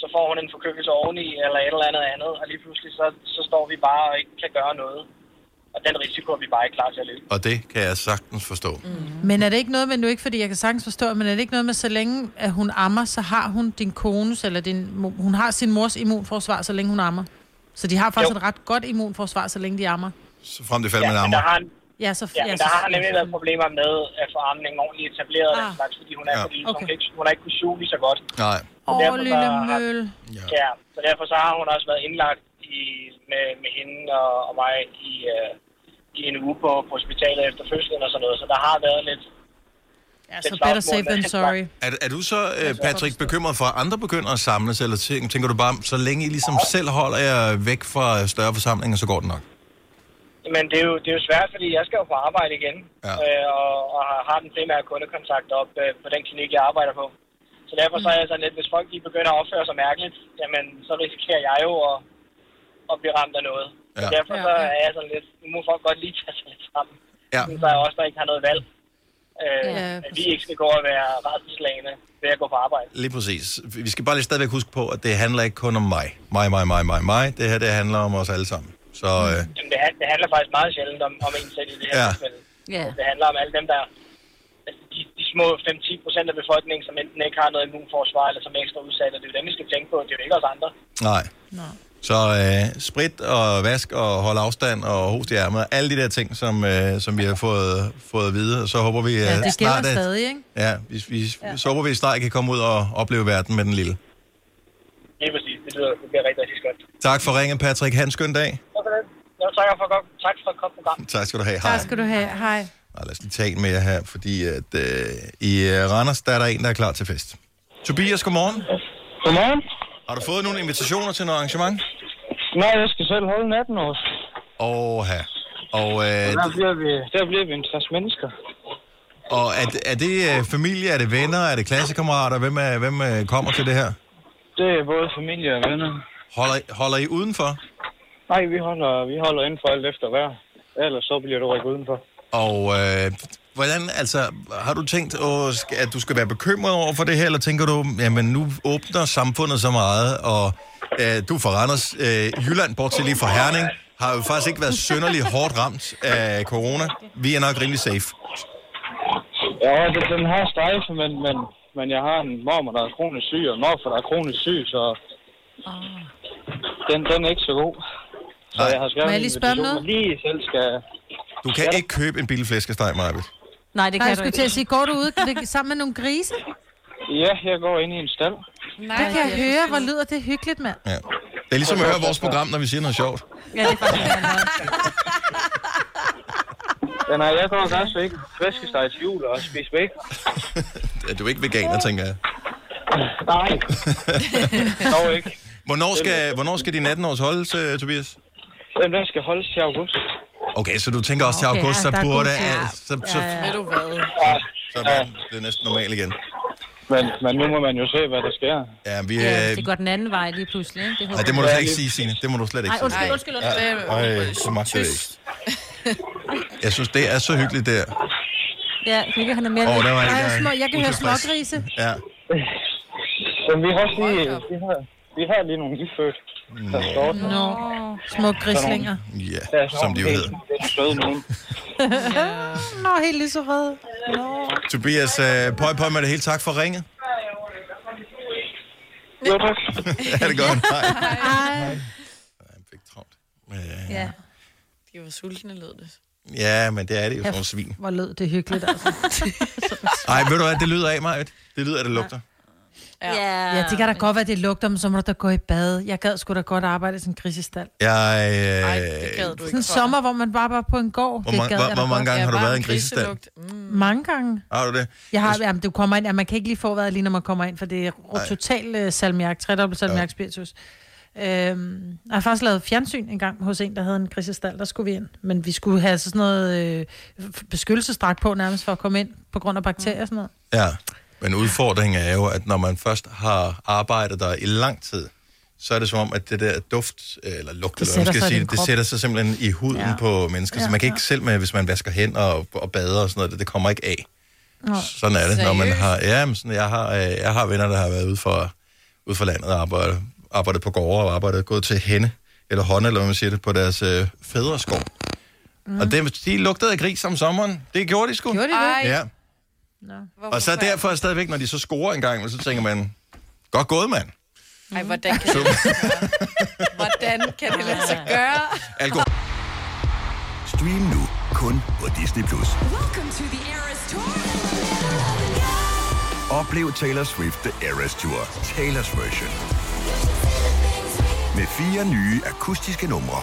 så får hun en forkølelse oveni eller et eller andet andet, og lige pludselig så, så står vi bare og ikke kan gøre noget. Og den risiko er vi bare ikke klar til at løbe.
Og det kan jeg sagtens forstå. Mm.
Men er det ikke noget med, nu ikke fordi jeg kan sagtens forstå, men er det ikke noget med, så længe at hun ammer, så har hun din kones, eller din, mo- hun har sin mors immunforsvar, så længe hun ammer. Så de har
Jo.
faktisk jo. et ret godt immunforsvar, så længe de ammer.
Så frem til fald med
men
armer.
der har,
Ja, så,
ja, men der
så-
har nemlig været problemer med at få armningen ordentligt etableret ah. og den
Ah.
slags, fordi hun er,
Ja.
ja. fordi, okay. hun, kan ikke, hun har ikke kunnet suge lige så godt.
Nej.
Så
Åh,
derfor
oh,
så
lille
har-
møl.
Ja.
ja, så derfor så har hun også været indlagt i, med, med hende og, og mig i, øh, i en uge på, på hospitalet efter fødslen og sådan noget, så der har været lidt...
Ja,
lidt
så altså better
slagsmål
safe
med-
than sorry.
Er, er du så, øh, Patrick, bekymret for, at andre begynder at samles, eller tænker tænker du bare, så længe I ligesom selv holder jer væk fra større forsamlinger, så går det nok?
Men det er, jo, det er jo svært, fordi jeg skal jo på arbejde igen, ja. øh, og, og har- har den primære kundekontakt op øh, på den klinik, jeg arbejder på. Så derfor så er jeg sådan lidt, hvis folk de begynder at opføre sig mærkeligt, jamen så risikerer jeg jo at, at blive ramt af noget. Ja. Så
Ja.
derfor så er jeg sådan lidt, nu må folk godt lige tage sig lidt sammen.
Ja.
Sådan, så er jeg også der ikke har noget valg. Øh,
Ja,
ja, at vi ikke skal gå og være retslagende ved at gå på arbejde.
Lige præcis. Vi skal bare lige stadigvæk huske på, at det handler ikke kun om mig. Mig, mig, mig, mig, mig. Det her, det handler om os alle sammen. Så
Mm.
øh,
Jamen, det, han- det handler faktisk meget sjældent om, om en selv i det her
Ja.
tilfælde.
Ja.
Det handler om alle dem, der... Altså, de, de små 5-10 procent af befolkningen, som enten ikke har noget immunforsvar, eller som er ekstra udsatte. Det er jo dem, vi skal tænke på. Det er jo ikke os andre.
nej. Så øh, sprit og vask og hold afstand og host i ærmet. Alle de der ting, som, øh, som vi har fået, fået at vide. Og så håber vi øh,
Ja, det gælder
snart, at,
stadig, ikke?
Ja, vi, vi, så håber vi, at I snart kan komme ud og opleve verden med den lille.
Det er præcis. Det, lyder, det bliver rigtig, rigtig godt.
Tak for ringen, Patrick. Ha' en skøn dag.
Tak for det. Jo, tak for, godt, tak for et godt program.
Tak skal du have. Hej.
Tak skal du have. Hej.
Og lad os lige tage en mere her, fordi at, øh, i øh, Randers, der er der en, der er klar til fest. Tobias, godmorgen.
Godmorgen.
Har du fået nogle invitationer til noget arrangement?
Nej, jeg skal selv holde natten også.
Åh, ja. Og, øh,
Der bliver vi, der bliver vi en slags mennesker.
og er, det- er det øh, familie, er det venner, er det klassekammerater? Hvem, er, hvem øh, kommer til det her?
Det er både familie og venner.
Holder, I- holder I udenfor?
Nej, vi holder, vi holder indenfor alt efter vejr. Ellers så bliver du rykket udenfor.
Og øh, hvordan, altså, har du tænkt, åh, sk- at du skal være bekymret over for det her, eller tænker du, jamen nu åbner samfundet så meget, og øh, du er fra Randers, øh, Jylland, bortset lige fra Herning, har jo faktisk ikke været synderligt hårdt ramt af corona. Vi er nok rimelig safe.
Ja, det, den har strejfe, men, men, men jeg har en mormor, der er kronisk syg, og en morfar, der er kronisk syg, så
Ah.
den, den er ikke så god. Så jeg har skrevet
Må jeg
en
lige spørge om noget?
invitation, men lige selv skal...
Du kan ikke købe en billig flæskesteg, Marvitt.
Nej, det
Nej,
kan
jeg
du
skulle
ikke.
til at sige, går du ud det- sammen med nogle grise?
Ja, jeg går ind i en stald.
Nej, det kan jeg høre. Hvor lyder det hyggeligt, mand.
Ja. Det er ligesom at høre vores program, når vi siger noget sjovt.
Ja, det er faktisk
Ja, nej, jeg går også ikke flæskesteg til jul og spiser væk.
Er du ikke veganer, tænker jeg?
Nej. Dog ikke.
Hvornår skal, hvornår skal din 18-års holdes, øh, Tobias?
Den der skal holdes til august.
Okay, så du tænker også til
Okay,
august,
ja,
så
der er
burde...
god tid.
Ja, så, så,
Ved du hvad?
så er det næsten normalt igen.
Men, men nu må man jo se, hvad der sker.
Ja, vi,
Ja,
øh,
det går den anden vej lige pludselig. Ikke? Det, håber
nej, det må du
jeg.
slet ikke sige, Signe. Det må du slet ikke
Ej,
sige.
undskyld, undskyld, undskyld. Øh,
Ja, Ej, så magt det ikke. Jeg synes, det er så hyggeligt der.
Ja, Mikke, han er mere...
Åh, der var en,
Ej,
der-
små- jeg kan høre
utilfreds.
smågrise.
Ja.
Men vi har også lige, vi har, vi har lige nogle nyfødte. Der står
Nå, små grislinger.
Ja,
som de jo hedder. Søde nogen.
Nå, helt lige så rød.
Tobias, øh, pøj, pøj med det hele. Tak for ringet.
Jo, tak.
er det godt? Hej.
Hej.
Øh,
Ja. De var sultne, lød det.
Ja, men det er det jo sådan nogle svin.
Hvor lød det hyggeligt, altså.
Ej, ved du hvad, det lyder af mig. Det lyder, at det lugter.
Ja. ja, det kan da godt være, det lugter, men så må du da gå i bad. Jeg gad sgu da godt arbejde i sådan en grisestald.
Jeg, øh,
Sådan en sommer, hvor man bare var på en gård.
Hvor
det
mange-
gad
hvor-
jeg da
hvor mange
godt.
gange Ja, har du bare været i en en grisestald? Altså-
Mm. Mange gange.
Har du det?
Jeg har, jamen, du kommer ind, ja, man kan ikke lige få været lige, når man kommer ind, for det er ro- total uh, salmiak, tredobbelt salmiak spiritus. Øhm, jeg har faktisk lavet fjernsyn en gang hos en, der havde en grisestald, der skulle vi ind. Men vi skulle have sådan noget øh, f- beskyttelsesdragt på nærmest for at komme ind, på grund af bakterier og sådan noget.
Ja, men udfordringen er jo, at når man først har arbejdet der i lang tid, så er det som om, at det der duft, eller lugt,
Det
eller hvad man
sætter sig
skal
i
sige,
din
det
krop.
sætter sig simpelthen i huden ja. på mennesker, ja,
Ja,
så man kan
ja.
ikke selv med, hvis man vasker hænder og, og bader og sådan noget, det, det kommer ikke af.
Nå.
Sådan er det, når man har... Ja, men sådan, jeg, har, øh, jeg har venner, der har været ude for, ude for landet og arbejdet, arbejdet på gårde og arbejdet, gået til hende, eller hånd, eller hvad man siger det, på deres øh, fædreskov. Mm. Og dem, de lugtede af gris om sommeren. Det gjorde de sgu.
Gjorde de det? Ej.
Ja. Og så derfor stadigvæk, når de så scorer en gang, så tænker man, godt gået, mand.
Ej, hvordan kan det lade sig gøre? Hvordan kan det lade sig gøre?
Alkohol.
Stream nu kun på Disney+. Plus. Oplev Taylor Swift The Eras Tour, Taylor's version. Med fire nye akustiske numre.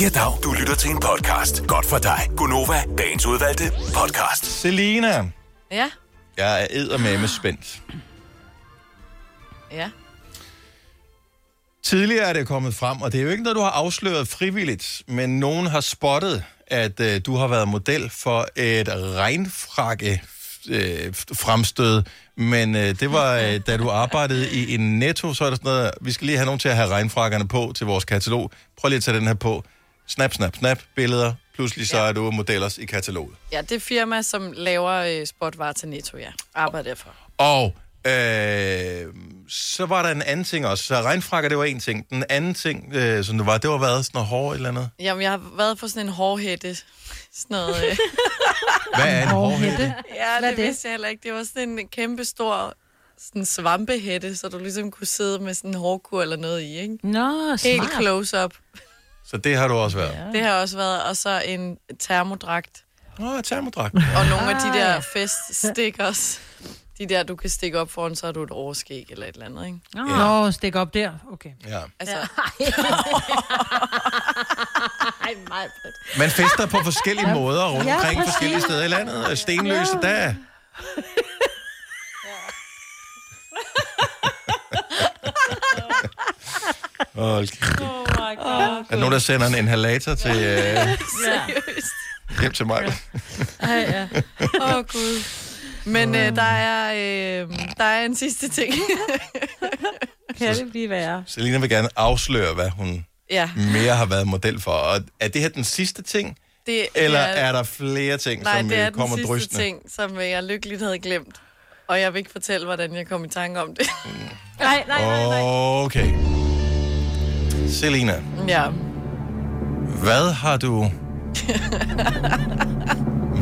Ja, dag. Du lytter til en podcast. Godt for dig. Gunova, dagens udvalgte podcast.
Selina,
Ja,
jeg er eddermame spændt.
ja.
Tidligere er det kommet frem, og det er jo ikke noget, du har afsløret frivilligt, men nogen har spottet, at øh, du har været model for et regnfrakke øh, fremstød, men øh, det var, øh, da du arbejdede i en netto, så er der sådan noget, vi skal lige have nogen til at have regnfrakkerne på til vores katalog. Prøv lige at tage den her på. Snap, snap, snap, billeder. Pludselig så er du modellers i kataloget.
Ja, det firma, som laver øh, spotvarer til Netto, ja. Arbejder derfor.
Og øh, så var der en anden ting også. Så regnfrakker, det var en ting. Den anden ting, øh, som det var, det var været sådan noget hår eller andet.
Jamen, jeg har været på sådan en hårhætte. Sådan noget... Øh.
Hvad er en hårhætte?
Ja, det, det vidste jeg heller ikke. Det var sådan en kæmpe stor sådan svampehætte, så du ligesom kunne sidde med sådan en hårkur eller noget i, ikke?
Nå,
Helt
smart.
close-up.
Så det har du også været. Ja.
Det har jeg også været. Og så en termodragt.
Åh, termodragt.
Og nogle af de der feststickers. De der, du kan stikke op foran, så har du et overskæg eller et eller andet, ikke?
Yeah. Nå, stik op der. Okay.
Ja.
Altså, ja.
Ej, meget fedt.
Man fester på forskellige måder rundt
Ja,
omkring
præcis.
forskellige steder i landet. Og Stenløse,
Ja.
der... Og,
Oh my god.
er der nogen, der sender en inhalator til, øh,
Seriøst.
hjem til mig?
Ej, ja. Åh, oh, Gud. Men øh, der, er, øh, der er en sidste ting.
kan det blive værre?
Selina vil gerne afsløre, hvad hun
Ja.
mere har været model for. Og er det her den sidste ting?
Det
Eller er der flere ting,
Nej,
som
det
øh,
er den
kommer
sidste
drysende?
ting, som øh, jeg lykkeligt havde glemt. Og jeg vil ikke fortælle, hvordan jeg kom i tanke om det.
Mm.
nej, nej,
Okay. Selina,
Ja.
hvad har du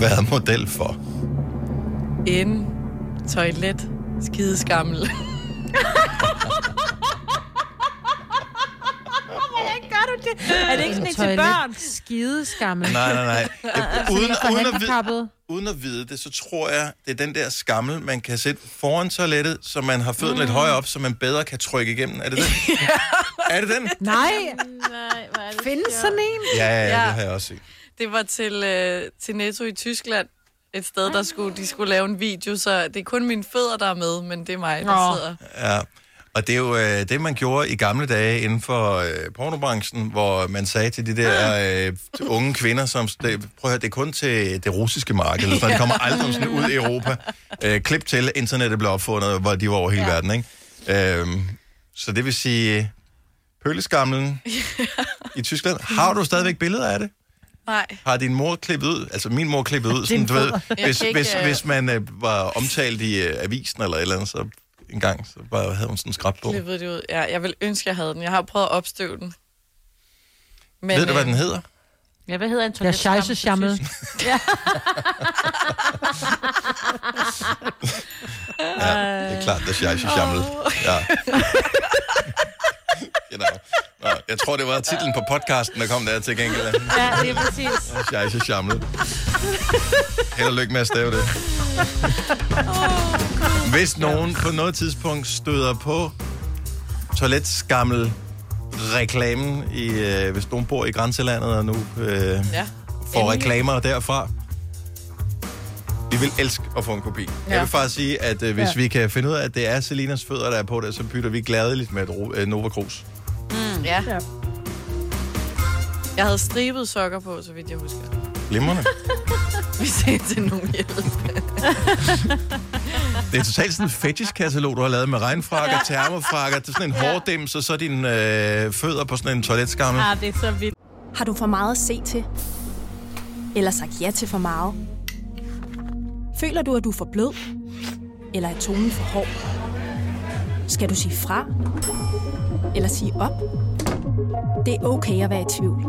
været model for?
En toilet skideskammel.
Hvordan gør du det? Er det ikke sådan en til børn?
Skide skammel.
Nej, nej, nej.
altså,
Uden, uden, at
vide,
uden at vide det, så tror jeg, det er den der skammel, man kan sætte foran toilettet, så man har fødderne mm. lidt højere op, så man bedre kan trykke igennem. Er det den? er det den?
Nej.
Nej, hvor er det
Findes sådan en?
Ja, ja, ja, det har jeg også set.
Det var til, øh, til Netto i Tyskland. Et sted, der skulle, de skulle lave en video, så det er kun mine fødder, der er med, men det er mig, der
Nå.
sidder.
Ja. Og det er jo øh, det, man gjorde i gamle dage inden for øh, pornobranchen, hvor man sagde til de der øh, unge kvinder, som det, prøv at høre, det er kun til det russiske marked, så det kommer aldrig sådan ud i Europa. Øh, klip til, internettet blev opfundet, hvor de var over hele ja. verden, ikke? Øhm, så det vil sige, pøleskamlen i Tyskland, har du stadigvæk billeder af det?
Nej.
Har din mor klippet ud? Altså min mor klippet ud, sådan,
Din
du ved,
mor. Jeg
hvis,
kan ikke,
hvis,
øh,
hvis man øh, var omtalt i øh, avisen eller et eller andet, så en gang, så bare havde hun sådan en skrabbog.
Klippede det ud. Ja, jeg vil ønske, jeg havde den. Jeg har prøvet at opstøve den. Men, øh,
Ved du, hvad den hedder?
Ja, hvad hedder en
Jeg er
toiletskammel?
scheisse schammel.
Ja.
Ja, det er klart, det er jeg shamlet. Ja. Genau. Nå, jeg tror, det var titlen på podcasten, der kom der til gengæld.
Ja, det er præcis.
Jeg er shamlet. Held og lykke med at stave det. Hvis nogen på noget tidspunkt støder på toiletskammel reklamen, i, øh, hvis nogen bor i grænselandet og nu øh,
Ja.
får reklamer derfra. Vi vil elske at få en kopi. Ja. Jeg vil faktisk sige, at øh, hvis
Ja.
ja. vi kan finde ud af, at det er Selinas fødder, der er på det, så bytter vi gladeligt med et ro- øh, Nova Cruz.
Mm, ja. ja. Jeg havde stribet sokker på, så vidt jeg husker.
Glimrende.
Vi ser til nogen hjælp.
Det er totalt sådan en fetish-katalog, du har lavet med regnfrakker, termofrakker, det er sådan en hårdims, og så dine øh, fødder på sådan en toiletskammel.
Ah, det er så vildt. Har du for meget at se til? Eller sagt ja til for meget? Føler du, at du er for blød? Eller er tonen for hård? Skal du sige fra? Eller sige op? Det er okay at være i tvivl.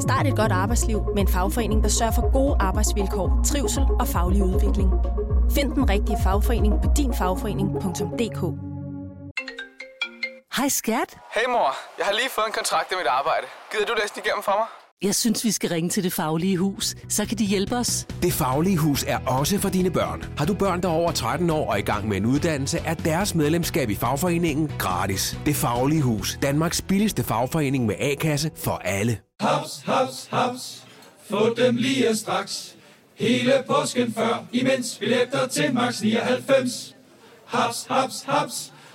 Start et godt arbejdsliv med en fagforening, der sørger for gode arbejdsvilkår, trivsel og faglig udvikling. Find den rigtige fagforening på dinfagforening.dk
Hej skat.
Hey mor, jeg har lige fået en kontrakt i mit arbejde. Gider du læse den igennem for mig?
Jeg synes, vi skal ringe til Det Faglige Hus. Så kan de hjælpe os.
Det Faglige Hus er også for dine børn. Har du børn, der er over 13 år og i gang med en uddannelse, er deres medlemskab i fagforeningen gratis. Det Faglige Hus. Danmarks billigste fagforening med A-kasse for alle.
Haps, haps, haps. Få dem lige straks. Hele påsken før, imens billetter til max 99. Haps, haps, haps.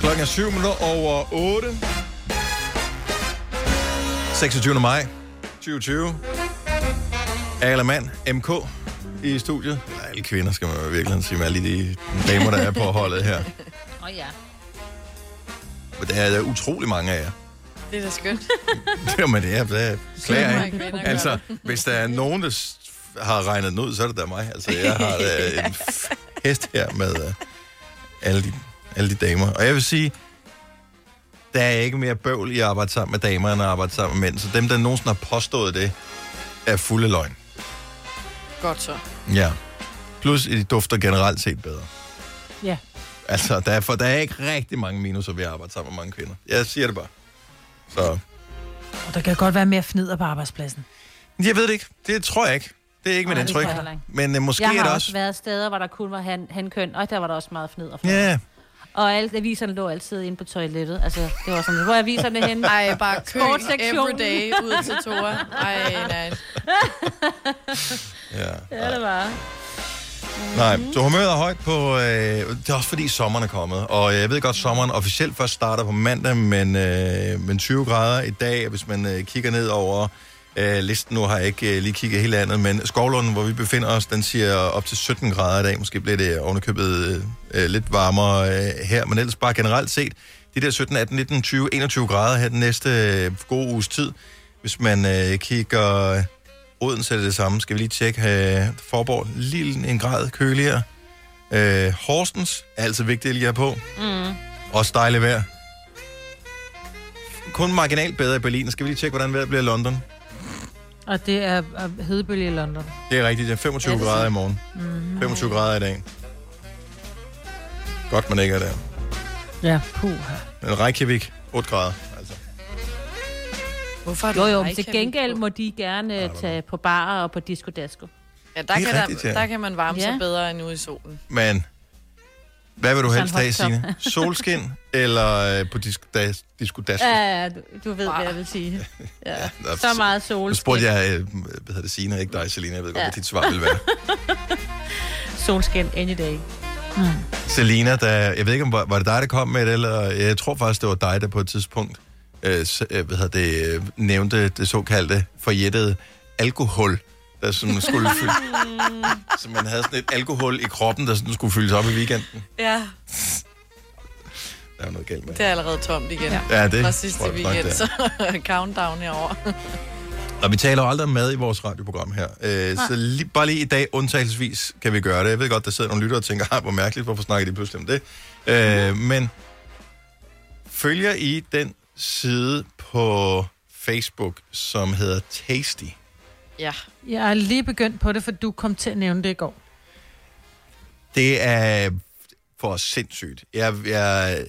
Klokken er 7 minutter over 8. 26. maj 2020. Alle mand, MK i studiet. Eller alle kvinder, skal man jo virkelig sige, med alle de damer, der er på holdet her.
Åh oh, ja.
Men der er utrolig mange af jer.
Det er da skønt.
Jo, men det er, det er klager, jeg
Kvinder gør
ikke?
det.
Altså, hvis der er nogen, der s- har regnet den ud, så er det da mig. Altså, jeg har øh, en f- hest her med øh, alle, de, alle de damer. Og jeg vil sige, der er ikke mere bøvl i at arbejde sammen med damer, end at arbejde sammen med mænd. Så dem, der nogensinde har påstået det, er fulde løgn.
Godt så.
Ja. Plus, de dufter generelt set bedre.
Ja.
Altså, der er, for der er ikke rigtig mange minuser ved at arbejde sammen med mange kvinder. Jeg siger det bare. Så,
Og der kan godt være mere fnider på arbejdspladsen.
jeg ved det ikke. Det tror jeg ikke. Det er ikke mit
Nej, det
indtryk.
tror jeg heller ikke.
Men øh, måske
jeg
er
har
det
også,
også...
været steder, hvor der kun var han, hankøn, og der var der også meget fnid og fnid.
Ja,
Og alle aviserne lå altid inde på toilettet. Altså, det var sådan, hvor er aviserne henne?
Ej, bare kø
Sportssektionen.
everyday ud til Tora. Ej, nej.
ja.
Ja, det var.
Nej, så humøret er højt på... Øh, det er også fordi sommeren er kommet, og øh, jeg ved godt, sommeren officielt først starter på mandag, men, øh, men 20 grader i dag, hvis man øh, kigger ned over øh, listen, nu har jeg ikke øh, lige kigget hele andet, men Skovlunden, hvor vi befinder os, den siger op til 17 grader i dag, måske bliver det ovenikøbet øh, øh, lidt varmere øh, her, men ellers bare generelt set, de der 17, 18, 19, 20, 21 grader her den næste øh, gode uges tid, hvis man øh, kigger... Odense er det samme. Skal vi lige tjekke øh, Forborg? Lille en grad køligere. Øh, Horsens er altid vigtigt at lige have på.
Mm.
Også dejligt vejr. Kun marginalt bedre i Berlin. Skal vi lige tjekke, hvordan vejret bliver i London?
Og det er er hedebølge i London.
Det er rigtigt. Det er 25
Ja,
ja,
det
det
er
grader i
sandt.
morgen.
Mhm.
Mm-hmm. 25 grader i dag. Godt, man ikke er der.
Ja, puha.
Men Reykjavik, 8 grader. altså.
Hvorfor
jo, jo, men til gengæld må de gerne øh, tage på barer og på disco-dasko.
Ja, der,
Det er
kan,
rigtigt,
der,
ja.
der kan man varme ja.
Ja.
sig bedre end ude i solen.
Men hvad vil du
Sådan
helst have,
højt
Signe?
top.
Solskin eller øh, på disk- das- diskodasko?
Ja, du, du ved, hvad jeg vil sige. Ja.
Nå,
Så meget
Nu
sol.
spurgte jeg, øh, hvad hedder det, Signe, ikke dig, Selina. Jeg ved godt,
Ja.
hvad dit svar ville være.
Solskin any day.
Mm. Selina, der, jeg ved ikke, om var, var det dig, der kom med det, eller jeg tror faktisk, det var dig, der på et tidspunkt øh, s- øh, hvad hedder det, øh, nævnte det såkaldte forjættede alkohol, der sådan skulle fylde, så man havde sådan et alkohol i kroppen, der sådan skulle fyldes op i weekenden.
Ja,
Der er noget galt med.
det er allerede tomt igen.
Ja, det
Fra
tror
sidste
jeg nok,
weekend,
det er.
så countdown herover.
Og vi taler jo aldrig om mad i vores radioprogram her. Øh, så
Nej.
lige, bare lige i dag, undtagelsesvis, kan vi gøre det. Jeg ved godt, der sidder nogle lyttere og tænker, ah, hvor mærkeligt, hvorfor snakker de pludselig om det? Øh, men følger I den side på Facebook, som hedder Tasty?
Ja.
Jeg er lige begyndt på det, for du kom til at nævne det i går.
Det er for sindssygt. Jeg, jeg,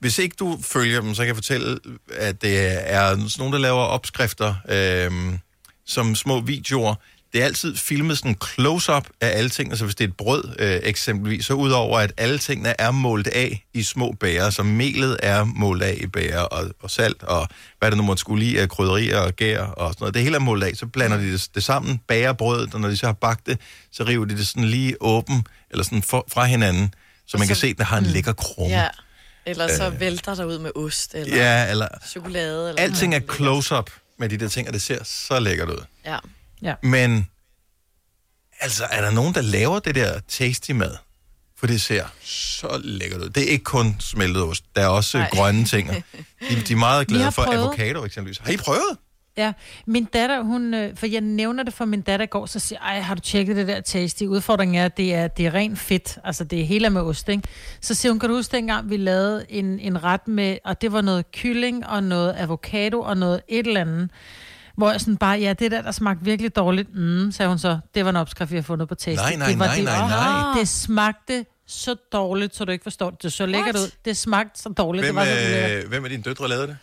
hvis ikke du følger dem, så kan jeg fortælle, at det er sådan nogen, der laver opskrifter øhm, som små videoer. Det er altid filmet sådan en close-up af alle tingene, så hvis det er et brød øh, eksempelvis, så udover at alle tingene er målt af i små bærer, så melet er målt af i bærer, og, og salt, og hvad det nu måtte skulle i af krydderier og gær og sådan noget, det hele er målt af, så blander de det, det sammen, bager brødet, og når de så har bagt det, så river de det sådan lige åben, eller sådan for, fra hinanden, så man kan se, at det har en lækker krumme.
Ja. Eller så
Øh.
vælter der ud med ost, eller
Ja, eller...
chokolade. Eller
Alting er close-up med de der ting, og det ser så lækkert ud.
Ja.
Ja.
Men, altså, er der nogen, der laver det der tasty mad? For det ser så lækkert ud. Det er ikke kun smeltet ost. Der er også
Nej.
Nej. grønne ting. De, de er meget
Vi har
glade for
prøvet.
avocado, eksempelvis. Har I prøvet?
Ja, min datter, hun, øh, for jeg nævner det for min datter i går, så siger jeg, har du tjekket det der tasty? Udfordringen er, at det er, det er ren fedt, altså det er hele med ost, ikke? Så siger hun, kan du huske dengang, vi lavede en, en ret med, og det var noget kylling og noget avocado og noget et eller andet, hvor jeg sådan bare, ja, det der, der smagte virkelig dårligt, mm, sagde hun så, det var en opskrift, vi har fundet på tasty.
Nej, nej,
det var
nej,
det.
nej, nej.
"Åh, Det smagte så dårligt, så du ikke forstår det. Det så lækkert
What?
ud. Det smagte så dårligt.
Hvem,
det var så ulækkert.
øh, hvem af dine døtre lavede det?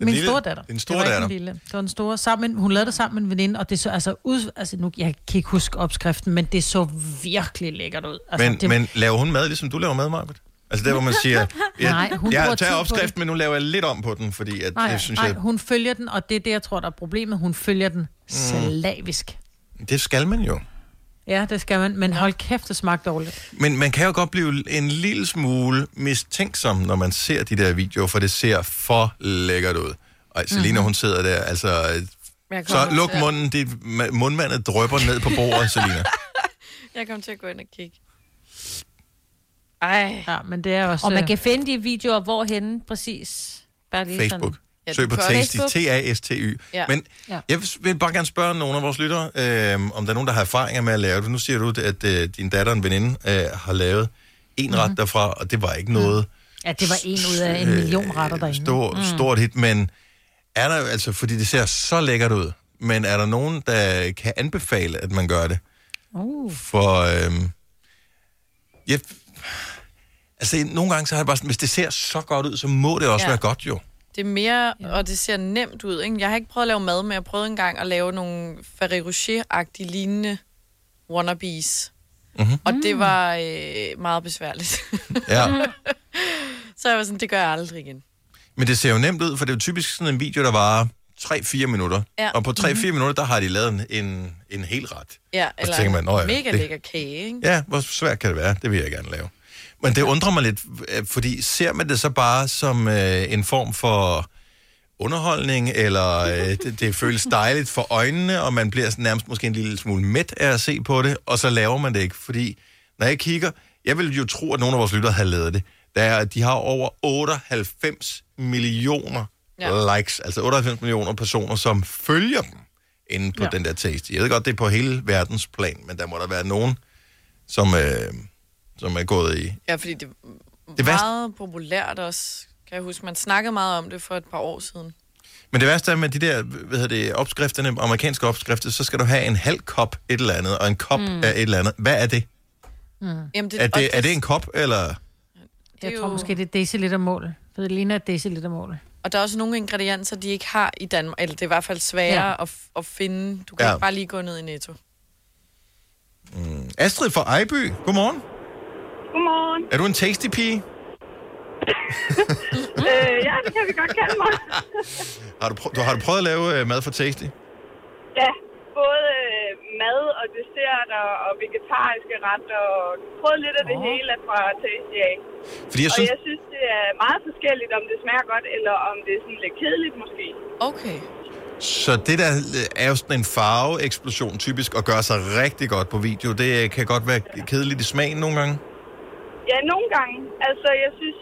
Min lille, store datter.
Din
det
store
var
datter.
Ikke en lille. Det var en store. Sammen, hun lavede det sammen med en veninde, og det så altså ud... Altså nu, jeg kan ikke huske opskriften, men det så virkelig lækkert ud. Altså,
men,
det,
men laver hun mad, ligesom du laver mad, Marbet? Altså der, hvor man siger, jeg,
Nej, hun bruger
jeg
tid
tager
på
opskriften,
det.
men nu laver jeg lidt om på den, fordi at,
nej,
det synes
nej,
jeg, Mm.
hun følger den, og det er det, jeg tror, der er problemet. Hun følger den slavisk.
det skal man jo.
Ja, det skal man, men hold kæft, det smagte dårligt.
Men man kan jo godt blive en lille smule mistænksom, når man ser de der videoer, for det ser for lækkert ud. Og Selina, mm-hmm.
Mhm.
hun sidder der, altså...
Jeg kommer
Så
til
luk
at-
munden, dit, ma- mundvandet drøber ned på bordet, Selina.
Jeg kommer til at gå ind og kigge. Ej.
Ja, men det er også... øh,
Og man kan finde de videoer, hvorhenne præcis. Bare lige
Facebook.
Sådan.
Søg på Tasty,
Facebook.
T-A-S-T-Y.
Ja.
Men
Ja.
jeg vil bare gerne spørge nogle af vores lyttere, øh, om der er nogen, der har erfaringer med at lave det. Nu siger du, at øh, din datter og en veninde øh, har lavet en ret derfra, og det var ikke noget...
Ja, det var en ud af en million retter derinde.
Øh, stor, mm. stort hit, men er der jo altså, fordi det ser så lækkert ud, men er der nogen, der kan anbefale, at man gør det?
Uh.
For øhm, Jeg, altså, nogle gange så har jeg bare sådan, hvis det ser så godt ud, så må det også
Ja.
ja. være godt jo.
Det er mere, og det ser nemt ud, ikke? Jeg har ikke prøvet at lave mad, men jeg prøvede engang at lave nogle Ferrero Rocher-agtige lignende wannabes.
Mm-hmm.
Og det var øh, meget besværligt.
Ja.
så jeg var sådan, det gør jeg aldrig igen.
Men det ser jo nemt ud, for det er jo typisk sådan en video, der varer 3-4 minutter.
Ja.
Og på 3-4
Mhm.
minutter, der har de lavet en, en, en hel ret.
Ja,
så tænker man, "Nå ja,
mega
det-
lækker kage, ikke?
Ja, hvor svært kan det være? Det vil jeg gerne lave. Men det undrer mig lidt, øh, fordi ser man det så bare som øh, en form for underholdning, eller øh, det, det føles dejligt for øjnene, og man bliver sådan nærmest måske en lille smule mæt af at se på det, og så laver man det ikke. Fordi når jeg kigger, jeg vil jo tro, at nogle af vores lyttere havde lavet det. Der er, de har over 98 millioner
Ja.
ja. likes, altså 98 millioner personer, som følger dem inde på ja. den der Tasty. Jeg ved godt, det er på hele verdensplan, men der må der være nogen, som, øh, som er gået i.
Ja, fordi det er
Det
det
værste-
meget populært også, kan jeg huske. Man snakkede meget om det for et par år siden.
Men det værste er med de der hvad hedder det, opskrifterne, amerikanske opskrifter, så skal du have en halv kop et eller andet, og en kop
Mm.
mm. af et eller andet. Hvad er det?
Mm.
Jamen,
det er,
og
det er det en kop, eller?
Jeg
er
tror
jo-
måske, det er decilitermål. For det ligner et decilitermål.
Og der er også nogle ingredienser, de ikke har i Danmark. Eller det er i hvert fald sværere
Ja.
ja. at, f- at finde. Du kan
Ja.
ja. ikke bare lige gå ned i Netto.
Mm. Astrid fra Ejby, godmorgen.
Godmorgen.
Er du en tasty pige?
øh, ja, det kan vi godt kalde mig.
Har du, prø- du, har du prøvet at lave øh, mad for tasty?
ja, både øh, mad og dessert og, og vegetariske retter og prøvet lidt af det oh. hele fra Tasty af.
Fordi jeg
og
synes-
jeg synes, det er meget forskelligt, om det smager godt, eller om det er sådan lidt kedeligt måske.
Okay.
Så det der øh, er jo sådan en farveeksplosion typisk, og gør sig rigtig godt på video. Det øh, kan godt være kedeligt i smagen nogle gange.
Ja, nogle gange. Altså, jeg synes,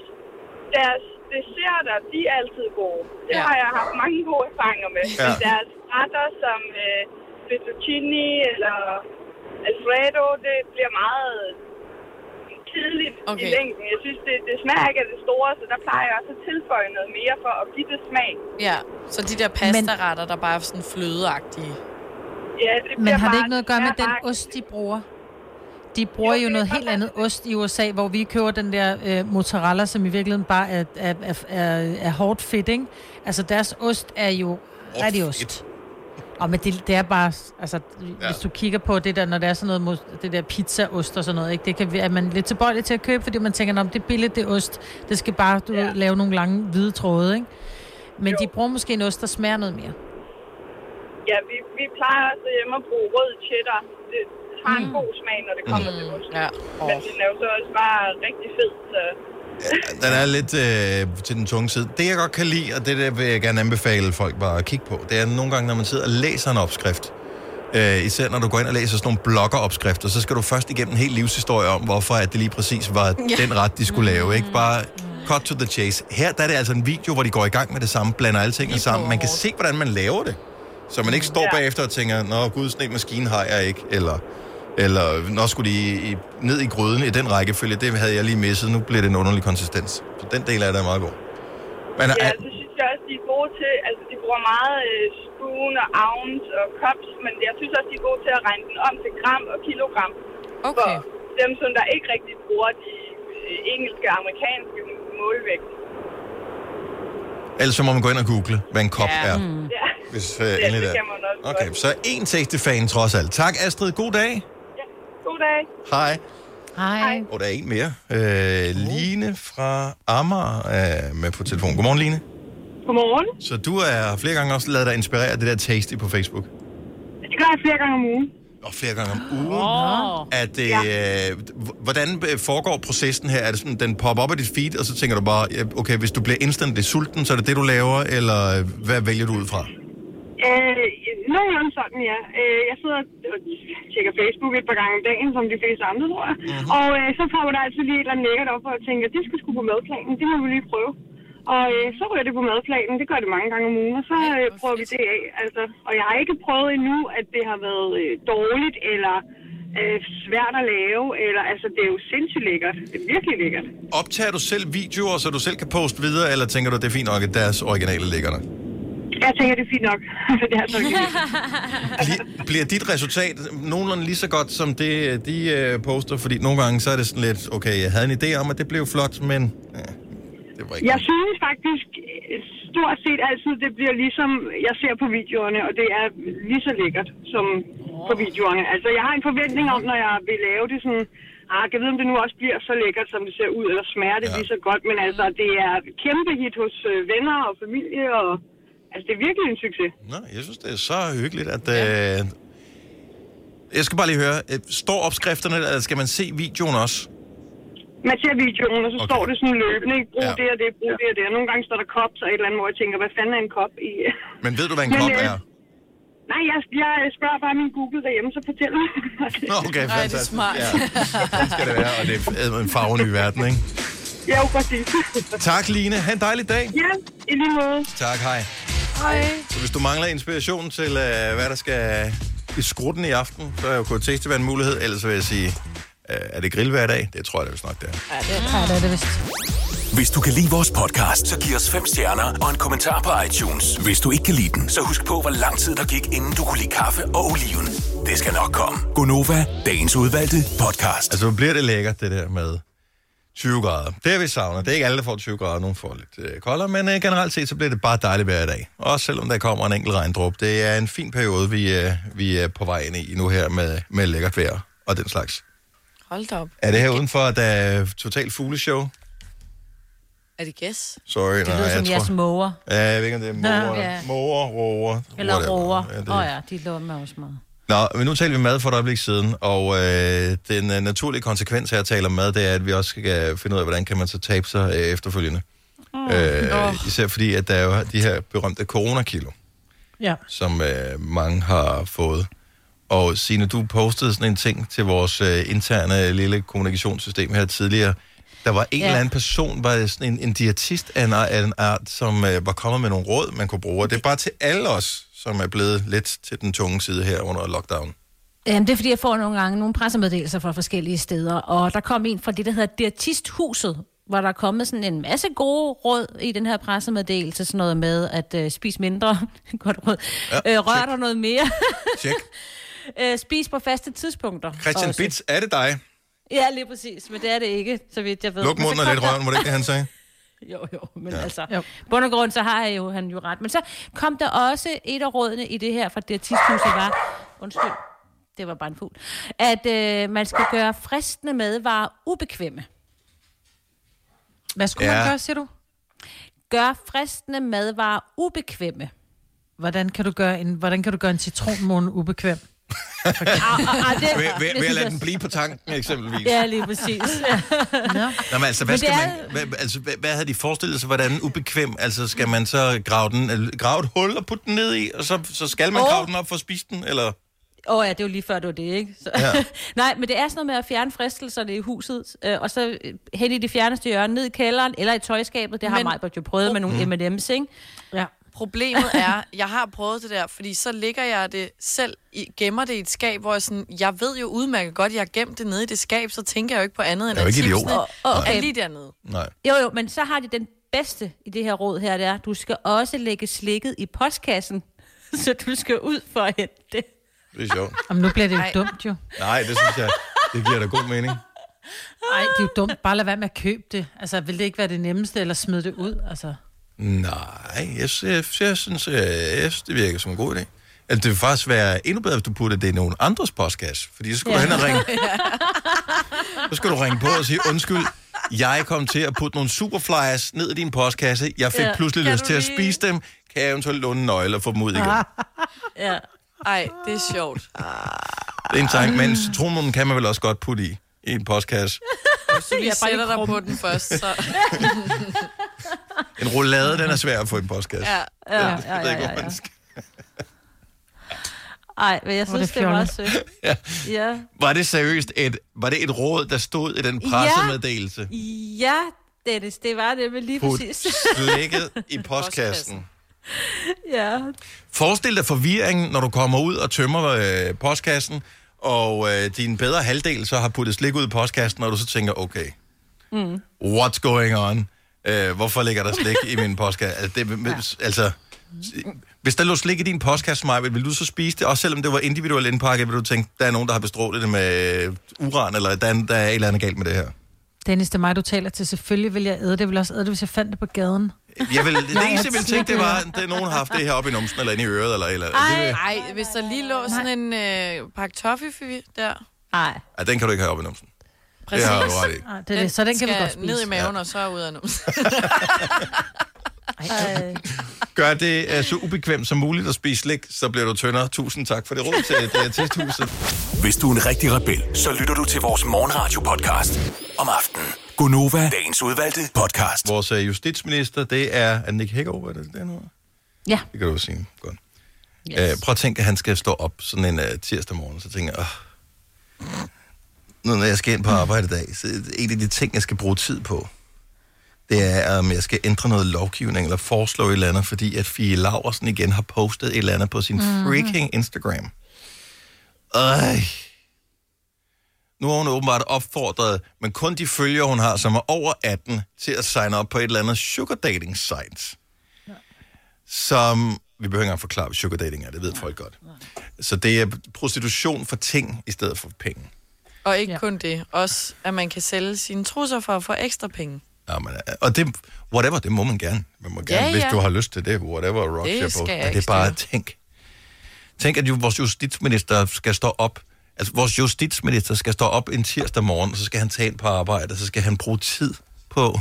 deres desserter, de er altid gode. Det
Ja.
ja. har jeg haft mange gode erfaringer med.
Ja.
Ja. Deres retter som øh, fettuccine eller alfredo, det bliver meget kedeligt okay. i
Okay.
længden. Jeg synes, det, det smager ikke af det store, så der plejer jeg også at tilføje noget mere for at give det smag.
Ja, så de der pastaretter, der bare er sådan flødeagtige.
Ja, det
Men
bliver
har det
bare
ikke noget at gøre med den
smageragtigt.
ost, de bruger? De bruger jo, jo noget helt andet ost i USA, hvor vi køber den der øh, mozzarella, som i virkeligheden bare er, er, er, er, er hårdt fedt, ikke? Altså, deres ost er jo rigtig ost. Og men det, det er bare, altså, ja. hvis du kigger på det der, når der er sådan noget, mod- det der pizzaost og sådan noget, ikke? Det kan, vi- er man lidt tilbøjelig til at købe, fordi man tænker, "Nå, men det er billigt, det er ost. Det skal bare, du ja. lave nogle lange hvide tråde, ikke? Men jo. de bruger måske en ost, der smager noget mere.
Ja, vi, vi plejer også hjemme at bruge rød cheddar. Det har en god smag, når det kommer til ost.
Ja.
Men den er jo så også bare rigtig fed, så...
Den er lidt øh, til den tunge side. Det, jeg godt kan lide, og det der vil jeg gerne anbefale folk bare at kigge på, det er nogle gange, når man sidder og læser en opskrift, øh, især når du går ind og læser sådan nogle bloggeropskrifter, så skal du først igennem en hel livshistorie om, hvorfor at det lige præcis var
Ja.
ja. Mm. den ret, de skulle lave. Ikke? Bare cut to the chase. Her der er det altså en video, hvor de går i gang med det samme, blander alle tingene sammen. Man kan se, hvordan man laver det. Så man ikke står ja. bagefter og tænker, nå gud, sådan en maskine har jeg ikke, eller, eller nå skulle de i, i, ned i gryden i den rækkefølge, det havde jeg lige misset, nu bliver det en underlig konsistens. Så den del af det er meget god. Men
ja,
ja.
det synes jeg også, de er gode til. Altså, de bruger meget øh, spoon og ounce og cups, men jeg synes også, de er gode til at regne den om til gram og kilogram.
Okay.
For dem, som der ikke rigtig bruger de øh, engelske og amerikanske målvægt.
ellers så altså, må man gå ind og google, hvad en kop ja. er.
Ja. Mm.
Hvis, øh,
Ja, det
endelig der.
kan man også
Okay,
godt.
så en tasty-fan trods alt. Tak Astrid, god dag.
God dag.
Hej.
Hej.
Og der er en mere.
Uh.
Øh, Line fra Amager er med på telefon. Godmorgen, Line.
Godmorgen.
Så du er flere gange også lavet dig inspirere af det der tasty på Facebook.
Det gør jeg flere gange om ugen.
Og flere gange om ugen.
Oh.
Er det, ja. øh, h- hvordan øh, foregår processen her? Er det sådan, den popper op af dit feed, og så tænker du bare, ja, okay, hvis du bliver instantly sulten, så er det det, du laver, eller øh, hvad vælger du ud fra?
Øh, nogenlunde sådan, ja. Øh, jeg sidder og tjekker Facebook et par gange om dagen, som de fleste andre, tror jeg. Mm-hmm. Og øh, så får der altid lige et eller andet lækkert op, og jeg tænker, det skal sgu på madplanen, det må vi lige prøve. Og øh, så ryger det på madplanen, det gør det mange gange om ugen, og så øh, prøver vi det af. Altså, og jeg har ikke prøvet endnu, at det har været øh, dårligt, eller øh, svært at lave, eller altså, det er jo sindssygt lækkert. Det er virkelig lækkert.
Optager du selv videoer, så du selv kan poste videre, eller tænker du, det er fint nok, at deres originale ligger der?
Jeg tænker, det er fint nok. det er så ikke.
Bliver dit resultat nogenlunde lige så godt som det, øh, de øh, poster? Fordi nogle gange, så er det sådan lidt, okay, jeg havde en idé om, at det blev flot, men øh, det var ikke
Jeg synes faktisk øh, stort set altid, det bliver ligesom jeg ser på videoerne, og det er lige så lækkert som på videoerne. Altså, jeg har en forventning om, når jeg vil lave det sådan, ah, jeg ved, om det nu også bliver så lækkert, som det ser ud, eller smager det ja. lige så godt, men altså, det er et kæmpe hit hos øh, venner og familie, og altså, det er virkelig en succes.
Nå, jeg synes, det er så hyggeligt, at... Ja. Øh, jeg skal bare lige høre, øh, står opskrifterne, eller skal man se videoen også?
Man ser videoen, og så okay. står det sådan løbende, ikke? brug
Ja.
ja. det og det, brug ja. det og det. Og nogle gange står der kop, så et eller andet, hvor jeg tænker, hvad fanden er en kop i?
Men ved du, hvad en
Men,
kop
øh,
er?
Nej, jeg, jeg spørger bare min Google derhjemme, så fortæller mig.
Nå,
Nej, det
okay,
er
fantastisk.
smart.
Ja, sådan skal det være, og det er en farveny verden, ikke?
Ja, jo, præcis.
Tak, Line. Ha' en dejlig dag.
Ja, i lige måde.
Tak, hej.
Hej.
Så hvis du mangler inspiration til, øh, hvad der skal i skrutten i aften, så er jo KTX være en mulighed. Ellers vil jeg sige, øh, er det grill hver dag? Det tror jeg, det er snart, det er.
Ja, det er det vist.
Hvis du kan lide vores podcast, så giv os fem stjerner og en kommentar på iTunes. Hvis du ikke kan lide den, så husk på, hvor lang tid der gik, inden du kunne lide kaffe og oliven. Det skal nok komme.
Gonova, dagens udvalgte podcast. Altså, hvor bliver det lækkert, det der med 20 grader. Det er vi savner. Det er ikke alle, der får 20 grader. Nogle får lidt øh, koldere, men øh, generelt set, så bliver det bare dejligt hver dag. Også selvom der kommer en enkelt regndrop. Det er en fin periode, vi, øh, vi er på vej ind i nu her med, med lækkert vejr og den slags.
Hold da op.
Er det her udenfor, der er totalt fugleshow?
Er det gæs?
Sorry,
Det
nej,
lyder
jeg
som
tror...
jeres
måger.
Ja, jeg ved ikke, om det er måger.
Nå,
Ja.
ja.
Måger, roer.
Eller
whatever.
roer. Åh
Ja, det-
ja, oh, ja, de lå med også meget.
Nå, men nu taler vi mad for et øjeblik siden, og øh, den øh, naturlige konsekvens af at tale om mad, det er, at vi også skal øh, finde ud af, hvordan kan man så tabe sig øh, efterfølgende. Mm. Øh,
Åh.
Især fordi, at der er jo de her berømte coronakilo,
Ja.
som øh, mange har fået. Og Signe, du postede sådan en ting til vores øh, interne lille kommunikationssystem her tidligere. Der var
Ja.
en ja. eller anden person, var det sådan en, en diætist af en, ar- af en art, som øh, var kommet med nogle råd, man kunne bruge. Og det er bare til alle os, som er blevet lidt til den tunge side her under lockdown.
Jamen, det er, fordi jeg får nogle gange nogle pressemeddelelser fra forskellige steder, og der kom en fra det, der hedder Diætisthuset, hvor der er kommet sådan en masse gode råd i den her pressemeddelelse, sådan noget med at øh, spise mindre, godt råd, ja, øh, rør dig noget mere,
Check.
øh, spis på faste tidspunkter.
Christian
også.
Bits, er det dig?
Ja, lige præcis, men det er det ikke, så vidt jeg ved.
Luk
Men så
munden og
kom
lidt
der-
røven, var det ikke det, han sagde?
Ah, Jo, jo, men
Ja.
ja. altså... Jo. Bund og grund, så har jeg jo, han jo ret. Men så kom der også et af rådene i det her fra diætisthuset var... Undskyld, det var bare en fugl. At øh, man skal gøre fristende madvarer ubekvemme.
Hvad skulle
Ja.
ja. man gøre, siger du?
Gør fristende madvarer ubekvemme.
Hvordan kan du gøre en, hvordan kan du gøre en citronmåne ubekvem?
Ah, ah, det-
Ved, ved, ved at
synes
lade
jeg-
den blive på tanken, eksempelvis.
Ja, lige præcis. Ja.
Nå, men altså, hvad,
Men
skal
det
man, hvad, altså, hvad, hvad havde de forestillet sig, hvordan ubekvem? Altså, skal man så grave, den, grave et hul og putte den ned i, og så, så skal man
Åh.
grave den op for at spise den, eller?
Åh oh, ja, det er jo lige før, det var det, ikke? Så.
Ja.
Ja. Nej, men det er sådan noget med at fjerne fristelserne i huset, øh, og så øh, hen i det fjerneste hjørne, ned i kælderen eller i tøjskabet. Det har
Men-
mig jo prøvet med nogle
Mm.
M&M's, ikke?
Ja.
Problemet er, jeg har prøvet det der, fordi så ligger jeg det selv, i, gemmer det i et skab, hvor jeg sådan, jeg ved jo udmærket godt, jeg har gemt det nede i det skab, så tænker jeg jo ikke på andet end,
Jeg er jo
at
ikke idiot.
chipsene
Og-
og-
er
okay.
lige dernede.
Nej.
Jo, jo, men så har de den bedste i det her råd her, det er, du skal også lægge slikket i postkassen, så du skal ud for at hente det.
Det er sjovt.
Jamen, nu bliver det jo
Ej.
dumt, jo.
Nej, det synes jeg, det giver da god mening.
Nej, det er jo dumt. Bare lad være med at købe det. Altså, vil det ikke være det nemmeste, eller smide det ud? Altså,
Nej, jeg, sy- jeg, sy- jeg synes, øh, jeg synes, det virker som en god idé. Altså, det vil faktisk være endnu bedre, hvis du putter det i nogen andres postkasse, fordi så skulle ja. du hen og ringe Så skal du ringe på og sige, undskyld, jeg kom til at putte nogle superflyers ned i din postkasse. Jeg fik ja,
Ja.
pludselig
Kan
lyst
du
til at
lige-
spise dem. Kan jeg eventuelt låne en nøgle og få dem ud igen? Ah.
Ja. Ej, det er sjovt.
Det er en tanke, men citronmunden kan man vel også godt putte i, i en postkasse.
Hvis du lige sætter dig på den først, så...
En roulade, den er svær at få i en postkasse.
ja.
Ja,
Jeg
ja,
ved
ja,
ikke, hvor
ja, ja.
man skal-
Ej, men jeg
Hvor er
synes,
det
det, var
fjollet.
sødt.
Ja.
Ja.
Var det seriøst et, var det et råd, der stod i den
Ja.
pressemeddelelse?
ja, Dennis, det var det med lige
Put
præcis.
slikket i postkassen.
ja,
Forestil dig forvirringen, når du kommer ud og tømmer øh, postkassen, og øh, din bedre halvdel så har puttet slik ud i postkassen, og du så tænker, okay,
Mm.
what's going on? Øh, hvorfor ligger der slik i min postkasse? Altså, det, ja. altså, Hvis der lå slik i din postkasse, Maja, ville du så spise det? Også selvom det var individuelt indpakket, ville du tænke, der er nogen, der har bestrålet det med øh, uran, eller der er, der er et eller andet galt med det her?
Dennis, det er mig, du taler til. Selvfølgelig vil jeg æde det. Jeg vil også æde det, hvis jeg fandt det på gaden.
Jeg vil, det
Nej,
eneste, jeg ville tænke, det var,
slik-
at det- nogen har haft det her op i numsen, eller inde i øret, eller et eller andet. Det
Ej,
vil-
ej, hvis der lige lå sådan en øh, pakke toffifee der.
Nej.
Ja, den kan du ikke have op i numsen.
Præcis.
Det har du ret i.
Nej, Ah, det er det. Så den kan vi
skal
godt spise.
ned i maven, og så ud af numsen.
Gør det uh, så ubekvemt som muligt at spise slik, så bliver du tyndere. Tusind tak for det råd til det testhuset.
Hvis du er en rigtig rebel, så lytter du til vores morgenradio-podcast om aftenen. Gunova, dagens udvalgte podcast.
Vores øh, justitsminister, det er, er det Nick Hækkerup, er det det, han hedder?
Ja.
Det kan du jo sige. Godt. Yes. Uh, prøv at tænke, at han skal stå op sådan en uh, tirsdag morgen, så tænker jeg, "Åh, nu når jeg skal ind på arbejde i dag, så en af de ting, jeg skal bruge tid på, det er, om jeg skal ændre noget lovgivning eller foreslå et eller andet, fordi at Fie Laversen igen har postet et eller andet på sin mm. freaking Instagram. Øj. Nu har hun åbenbart opfordret, men kun de følgere, hun har, som er over 18, til at signe op på et eller andet sugar dating site. Som, vi behøver ikke engang forklare, hvad sugar dating er, det ved folk godt. Så det er prostitution for ting, i stedet for penge.
Og ikke ja. kun det. Også, at man kan sælge sine trusser for at få ekstra penge.
Jamen, øh, og det, whatever, det må man gerne. Man må
Ja,
gerne, ja, ja. hvis
ja.
du har lyst til det, whatever, rock
Det
jeg
skal
på.
jeg
Men det
ikke
er bare,
styre.
tænk. Tænk, at jo, vores justitsminister skal stå op. Altså, vores justitsminister skal stå op en tirsdag morgen, og så skal han tage ind på arbejde, og så skal han bruge tid på,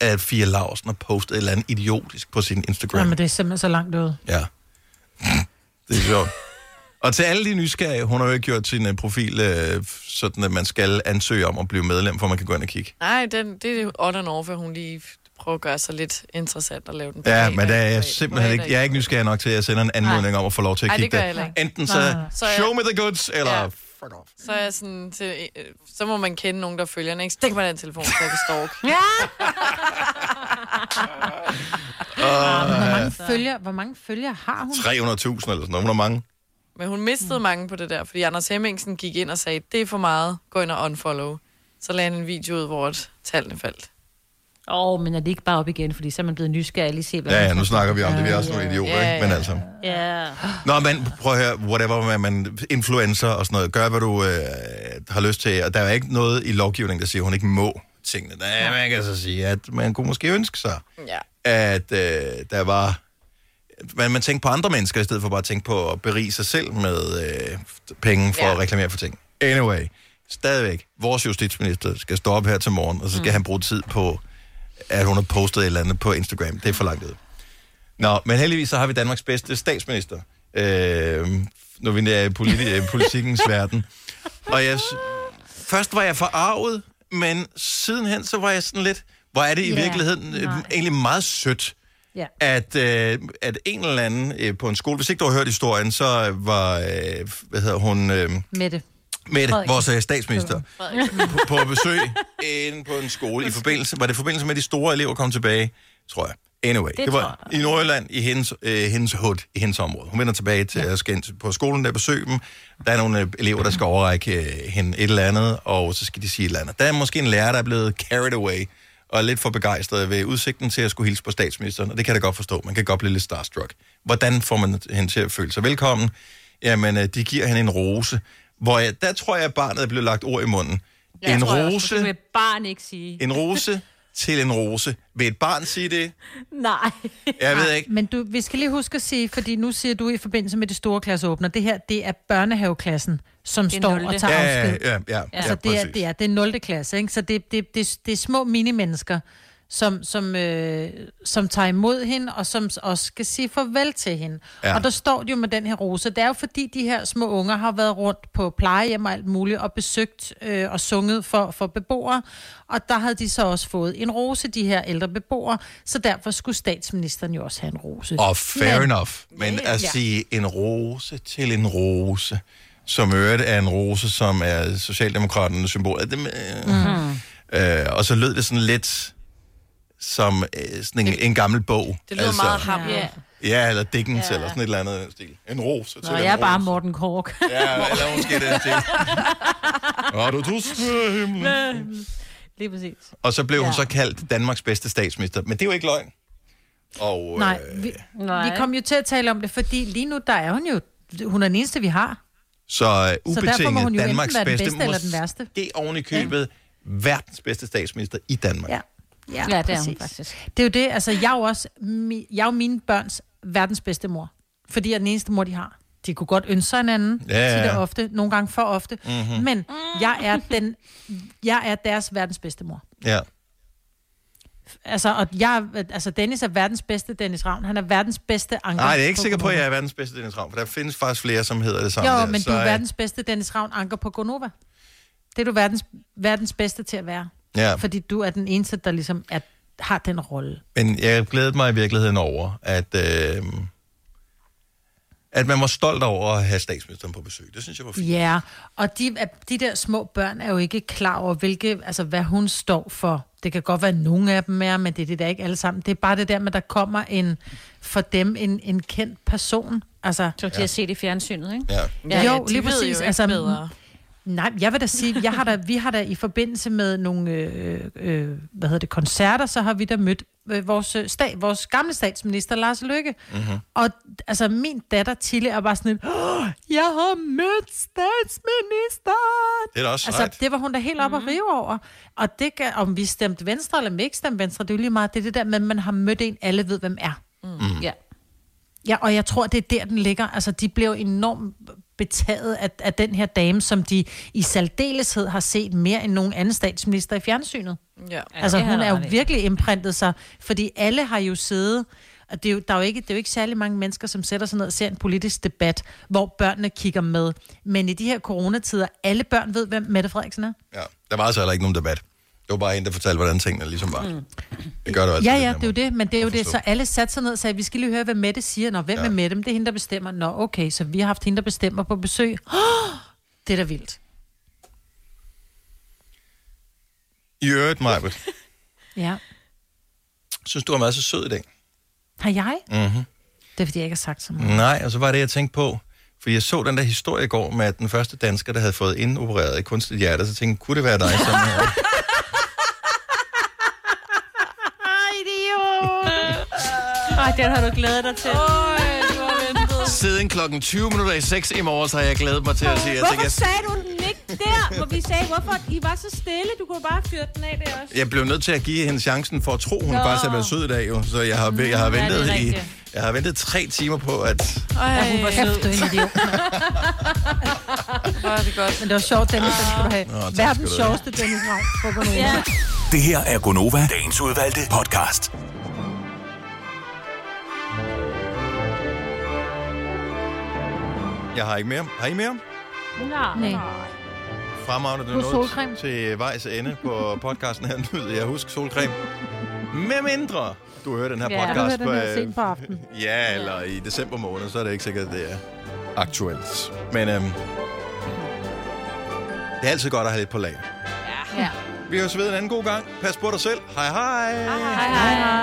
at Fia Lausen har postet et eller andet idiotisk på sin Instagram.
Jamen, det er simpelthen så langt ud.
Ja. Det er sjovt. Og til alle de nysgerrige, hun har jo ikke gjort sin uh, profil uh, sådan, at man skal ansøge om at blive medlem, for man kan gå ind og kigge.
Nej, den, det er odd and over, hun lige prøver at gøre sig lidt interessant og lave den.
Ja,
privat.
men der er jeg simpelthen ikke, jeg er ikke nysgerrig nok til, at jeg sender en anmodning om at få lov til at
Ej, det
kigge
gør jeg heller
det.
ikke.
Enten
Nej,
så
nej, nej. Så er
show
jeg-
me the goods,
Ja.
eller
Så er jeg sådan til, øh, så må man kende nogen, der følger den, ikke? Stik mig den telefon, så jeg kan stalk. ja!
Hvor
ja.
mange, følger, hvor mange følger har hun?
300.000 eller sådan noget. Hun har mange.
Men hun mistede mange på det der, fordi Anders Hemmingsen gik ind og sagde, det er for meget, gå ind og unfollow. Så lagde han en video ud, hvor at tallene faldt.
Åh, oh, men er det ikke bare op igen, fordi så er man blevet nysgerrig lige se, hvad
Ja,
man
ja, nu
kan-
snakker vi om det. Vi er også nogle
ja.
idioter,
Ja,
ikke? Men
ja.
altså.
Ja.
Nå, men prøv at høre, whatever, hvad man influencer og sådan noget, gør, hvad du øh, har lyst til. Og der er ikke noget i lovgivningen, der siger, at hun ikke må tingene. Nej, man kan så sige, at man kunne måske ønske sig,
Ja.
at øh, der var... Man, man tænker på andre mennesker, i stedet for bare at tænke på at berige sig selv med øh, penge for ja. at reklamere for ting. Anyway, stadigvæk, vores justitsminister skal stå op her til morgen, og så skal mm. han bruge tid på, at hun har postet et eller andet på Instagram. Det er for langt ud. Nå, men heldigvis så har vi Danmarks bedste statsminister, øh, når vi er i politi- øh, politikens verden. Og jeg, s- først var jeg forarvet, men sidenhen så var jeg sådan lidt, hvor er det i
Ja,
virkeligheden øh,
nej.
egentlig meget sødt,
Ja.
at, øh, at en eller anden øh, på en skole, hvis ikke du har hørt historien, så øh, var, øh, hvad hedder hun, øh,
Mette.
Mette,
Frederiksen.
vores øh, statsminister, på, på besøg inde på en skole i forbindelse, var det i forbindelse med, at de store elever kom tilbage, tror jeg. Anyway, det,
Det
det var i Nordjylland, i hendes, øh, hendes hood, i hendes område. Hun vender tilbage til at skal ind til- på skolen der besøge dem. Der er nogle øh, elever, der skal overrække øh, hende et eller andet, og så skal de sige et eller andet. Der er måske en lærer, der er blevet carried away, og er lidt for begejstret ved udsigten til at skulle hilse på statsministeren, og det kan jeg da godt forstå. Man kan godt blive lidt starstruck. Hvordan får man hende til at føle sig velkommen? Jamen, øh, de giver hende en rose, hvor jeg, der tror jeg, at barnet er blevet lagt ord i munden.
Jeg
en
tror jeg også,
rose,
Det vil barn ikke sige.
en rose til en rose. Vil et barn sige det?
Nej.
Jeg ved ikke.
Men du, vi skal lige huske at sige, fordi nu siger du i forbindelse med det store klasseåbner, det her, det er børnehaveklassen, som
Det er
står
nulte.
og tager
Ja, ja,
afsked.
ja, ja, ja,
altså, det, er,
præcis.
det, er, det er 0. klasse, ikke? Så det, det, det, det er små mini-mennesker, som, som, øh, som tager imod hende, og som s- også skal sige farvel til hende.
Ja.
Ja. Og der står de jo med den her rose. Det er jo fordi, de her små unger har været rundt på plejehjem og alt muligt, og besøgt øh, og sunget for, for beboere. Og der havde de så også fået en rose, de her ældre beboere. Så derfor skulle statsministeren jo også have en rose.
Og fair
Men-
Men, enough. Men
Ja, ja.
at sige en rose til en rose, som i øvrigt er en rose, som er Socialdemokraternes symbol. Er det,
Mhm.
øh, øh, og så lød det sådan lidt som øh, sådan en, en gammel bog. Altså,
Det lyder meget ham. Ja.
Ja, eller Dickens, ja. eller sådan et eller andet i den stil. En rose til
Nå,
en
jeg er
rose.
bare Morten Kork.
Ja, eller måske den stil. Og du tusind himlen.
Lige præcis.
Og så blev ja. hun så kaldt Danmarks bedste statsminister. Men det er jo ikke løgn. Og, øh,
Nej, vi,
Nej.
vi kom jo til at tale om det, fordi lige nu, der er hun jo, hun er den eneste, vi har.
Så uh,
Så derfor må hun
ubetinget
jo
Danmarks
enten være den
bedste,
bedste eller den værste.
Det er oven i købet verdens bedste statsminister i Danmark. Ja.
Ja, ja det er hun faktisk.
Det er jo det, altså jeg er jo også, mi, jeg er jo mine børns verdens bedste mor. Fordi jeg er den eneste mor, de har. De kunne godt ønske sig en anden,
Ja, ja,
ja, ja.
ja.
ofte, nogle gange for ofte.
Mhm.
Mm-hmm. Men jeg er, den, jeg er deres verdens bedste mor.
ja.
Altså, og jeg, altså Dennis er verdens bedste Dennis Ravn. Han er verdens bedste anker.
Nej, jeg er ikke sikker på, at jeg
Gonova.
er verdens bedste Dennis Ravn, for der findes faktisk flere, som hedder det samme.
Jo,
der.
men
så,
du er
øh,
verdens bedste Dennis Ravn anker på Gonova. Det er du verdens, verdens bedste til at være.
Ja.
Fordi du er den eneste, der ligesom er, har den rolle.
Men jeg glædede mig i virkeligheden over, at, øh, at man var stolt over at have statsministeren på besøg. Det synes jeg var fint.
Ja, og de, er- de der små børn er jo ikke klar over, hvilke, altså, hvad hun står for. Det kan godt være, at nogle af dem er, men det er det der ikke alle sammen. Det er bare det der med, at der kommer en, for dem en, en kendt person. Altså,
Så de har set i fjernsynet, ikke?
Ja.
Ja, jo,
de
lige
ved jo
præcis.
ikke
altså,
bedre.
Nej, jeg vil da sige, jeg har da, vi har da i forbindelse med nogle øh, øh, hvad hedder det, koncerter, så har vi da mødt øh, vores, øh, stat, vores gamle statsminister, Lars Løkke.
Mm-hmm.
Mhm.
Og altså, min datter Tille er bare sådan, oh, jeg har mødt statsministeren.
Det er da også
altså,
sejt.
det var hun da helt
Mhm.
op mm. og rive over. Og det kan, om vi stemte venstre eller om vi ikke stemte venstre, det er jo lige meget. Det er det der med, at man har mødt en, alle ved, hvem er.
Mm. Ja.
Ja, og jeg tror, det er der, den ligger. Altså, de blev enormt betaget af, af den her dame, som de i særdeleshed har set mere end nogen anden statsminister i fjernsynet.
Ja.
Altså, hun er jo virkelig imprintet sig, fordi alle har jo siddet, og det er jo, der er jo ikke, det er jo ikke særlig mange mennesker, som sætter sig ned og ser en politisk debat, hvor børnene kigger med. Men i de her coronatider, alle børn ved, hvem Mette Frederiksen er.
Ja. Der var altså heller ikke nogen debat. Det var bare en, der fortalte, hvordan tingene ligesom var. Mm. Det gør det jo altid.
ja,
lidt
ja, det er
nemmere.
jo det, men det er jo det,
forstå.
så alle satte sig ned og sagde, vi skal lige høre, hvad Mette siger. Nå, hvem
Ja.
ja. er Mette? Men Det er hende, der bestemmer. Nå, okay, så vi har haft hende, der bestemmer på besøg. det er da vildt.
I øvrigt, Majbet,
Ja.
synes du, han var så sød i dag?
Har jeg?
Mm-hmm.
Det er, fordi jeg ikke har sagt så meget.
Nej, og så var det, jeg tænkte på, fordi jeg så den der historie i går med, at den første dansker, der havde fået indopereret et kunstigt hjerte, så tænkte jeg, kunne det være dig, som
Ej, idiot! Ej, den har du glædet dig til. Øj, du har ventet.
Siden klokken 20 minutter i 6 i morges har jeg glædet mig til at sige, jeg
Hvorfor
tænker, jeg,
sagde du den ikke der, hvor vi sagde, hvorfor I var så stille? Du kunne bare fyre den af der også.
jeg blev nødt til at give hende chancen for at tro, hun
Nå.
faktisk har været sød i dag, jo. så jeg har, jeg har,
Ja, det er
ventet, i,
rigtigt.
jeg har ventet tre timer på, at...
Ej, ja, hun var sød. en idiot.
Hvor er det godt.
Men det var sjovt, Dennis, den skulle du have.
Ah. Nå, tak skal
Verdens
du have.
sjoveste Dennis Ravn. på Gonova.
Ja.
Det her er Gonova, dagens udvalgte podcast.
Jeg har ikke mere. Har I mere?
Nej.
Fremragende, du
Husk
nåede
solcreme.
til vejs ende på podcasten her nu. Jeg husker solcreme. Med mindre du hører den her
Ja, du hører
podcast
den her
øh,
sent på aftenen.
Ja, eller i december måned, så er det ikke sikkert, at det er aktuelt. Men øhm, det er altid godt at have lidt på lag.
Ja.
Vi høres ved en anden god gang. Pas på dig selv. Hej hej. Hej
hej.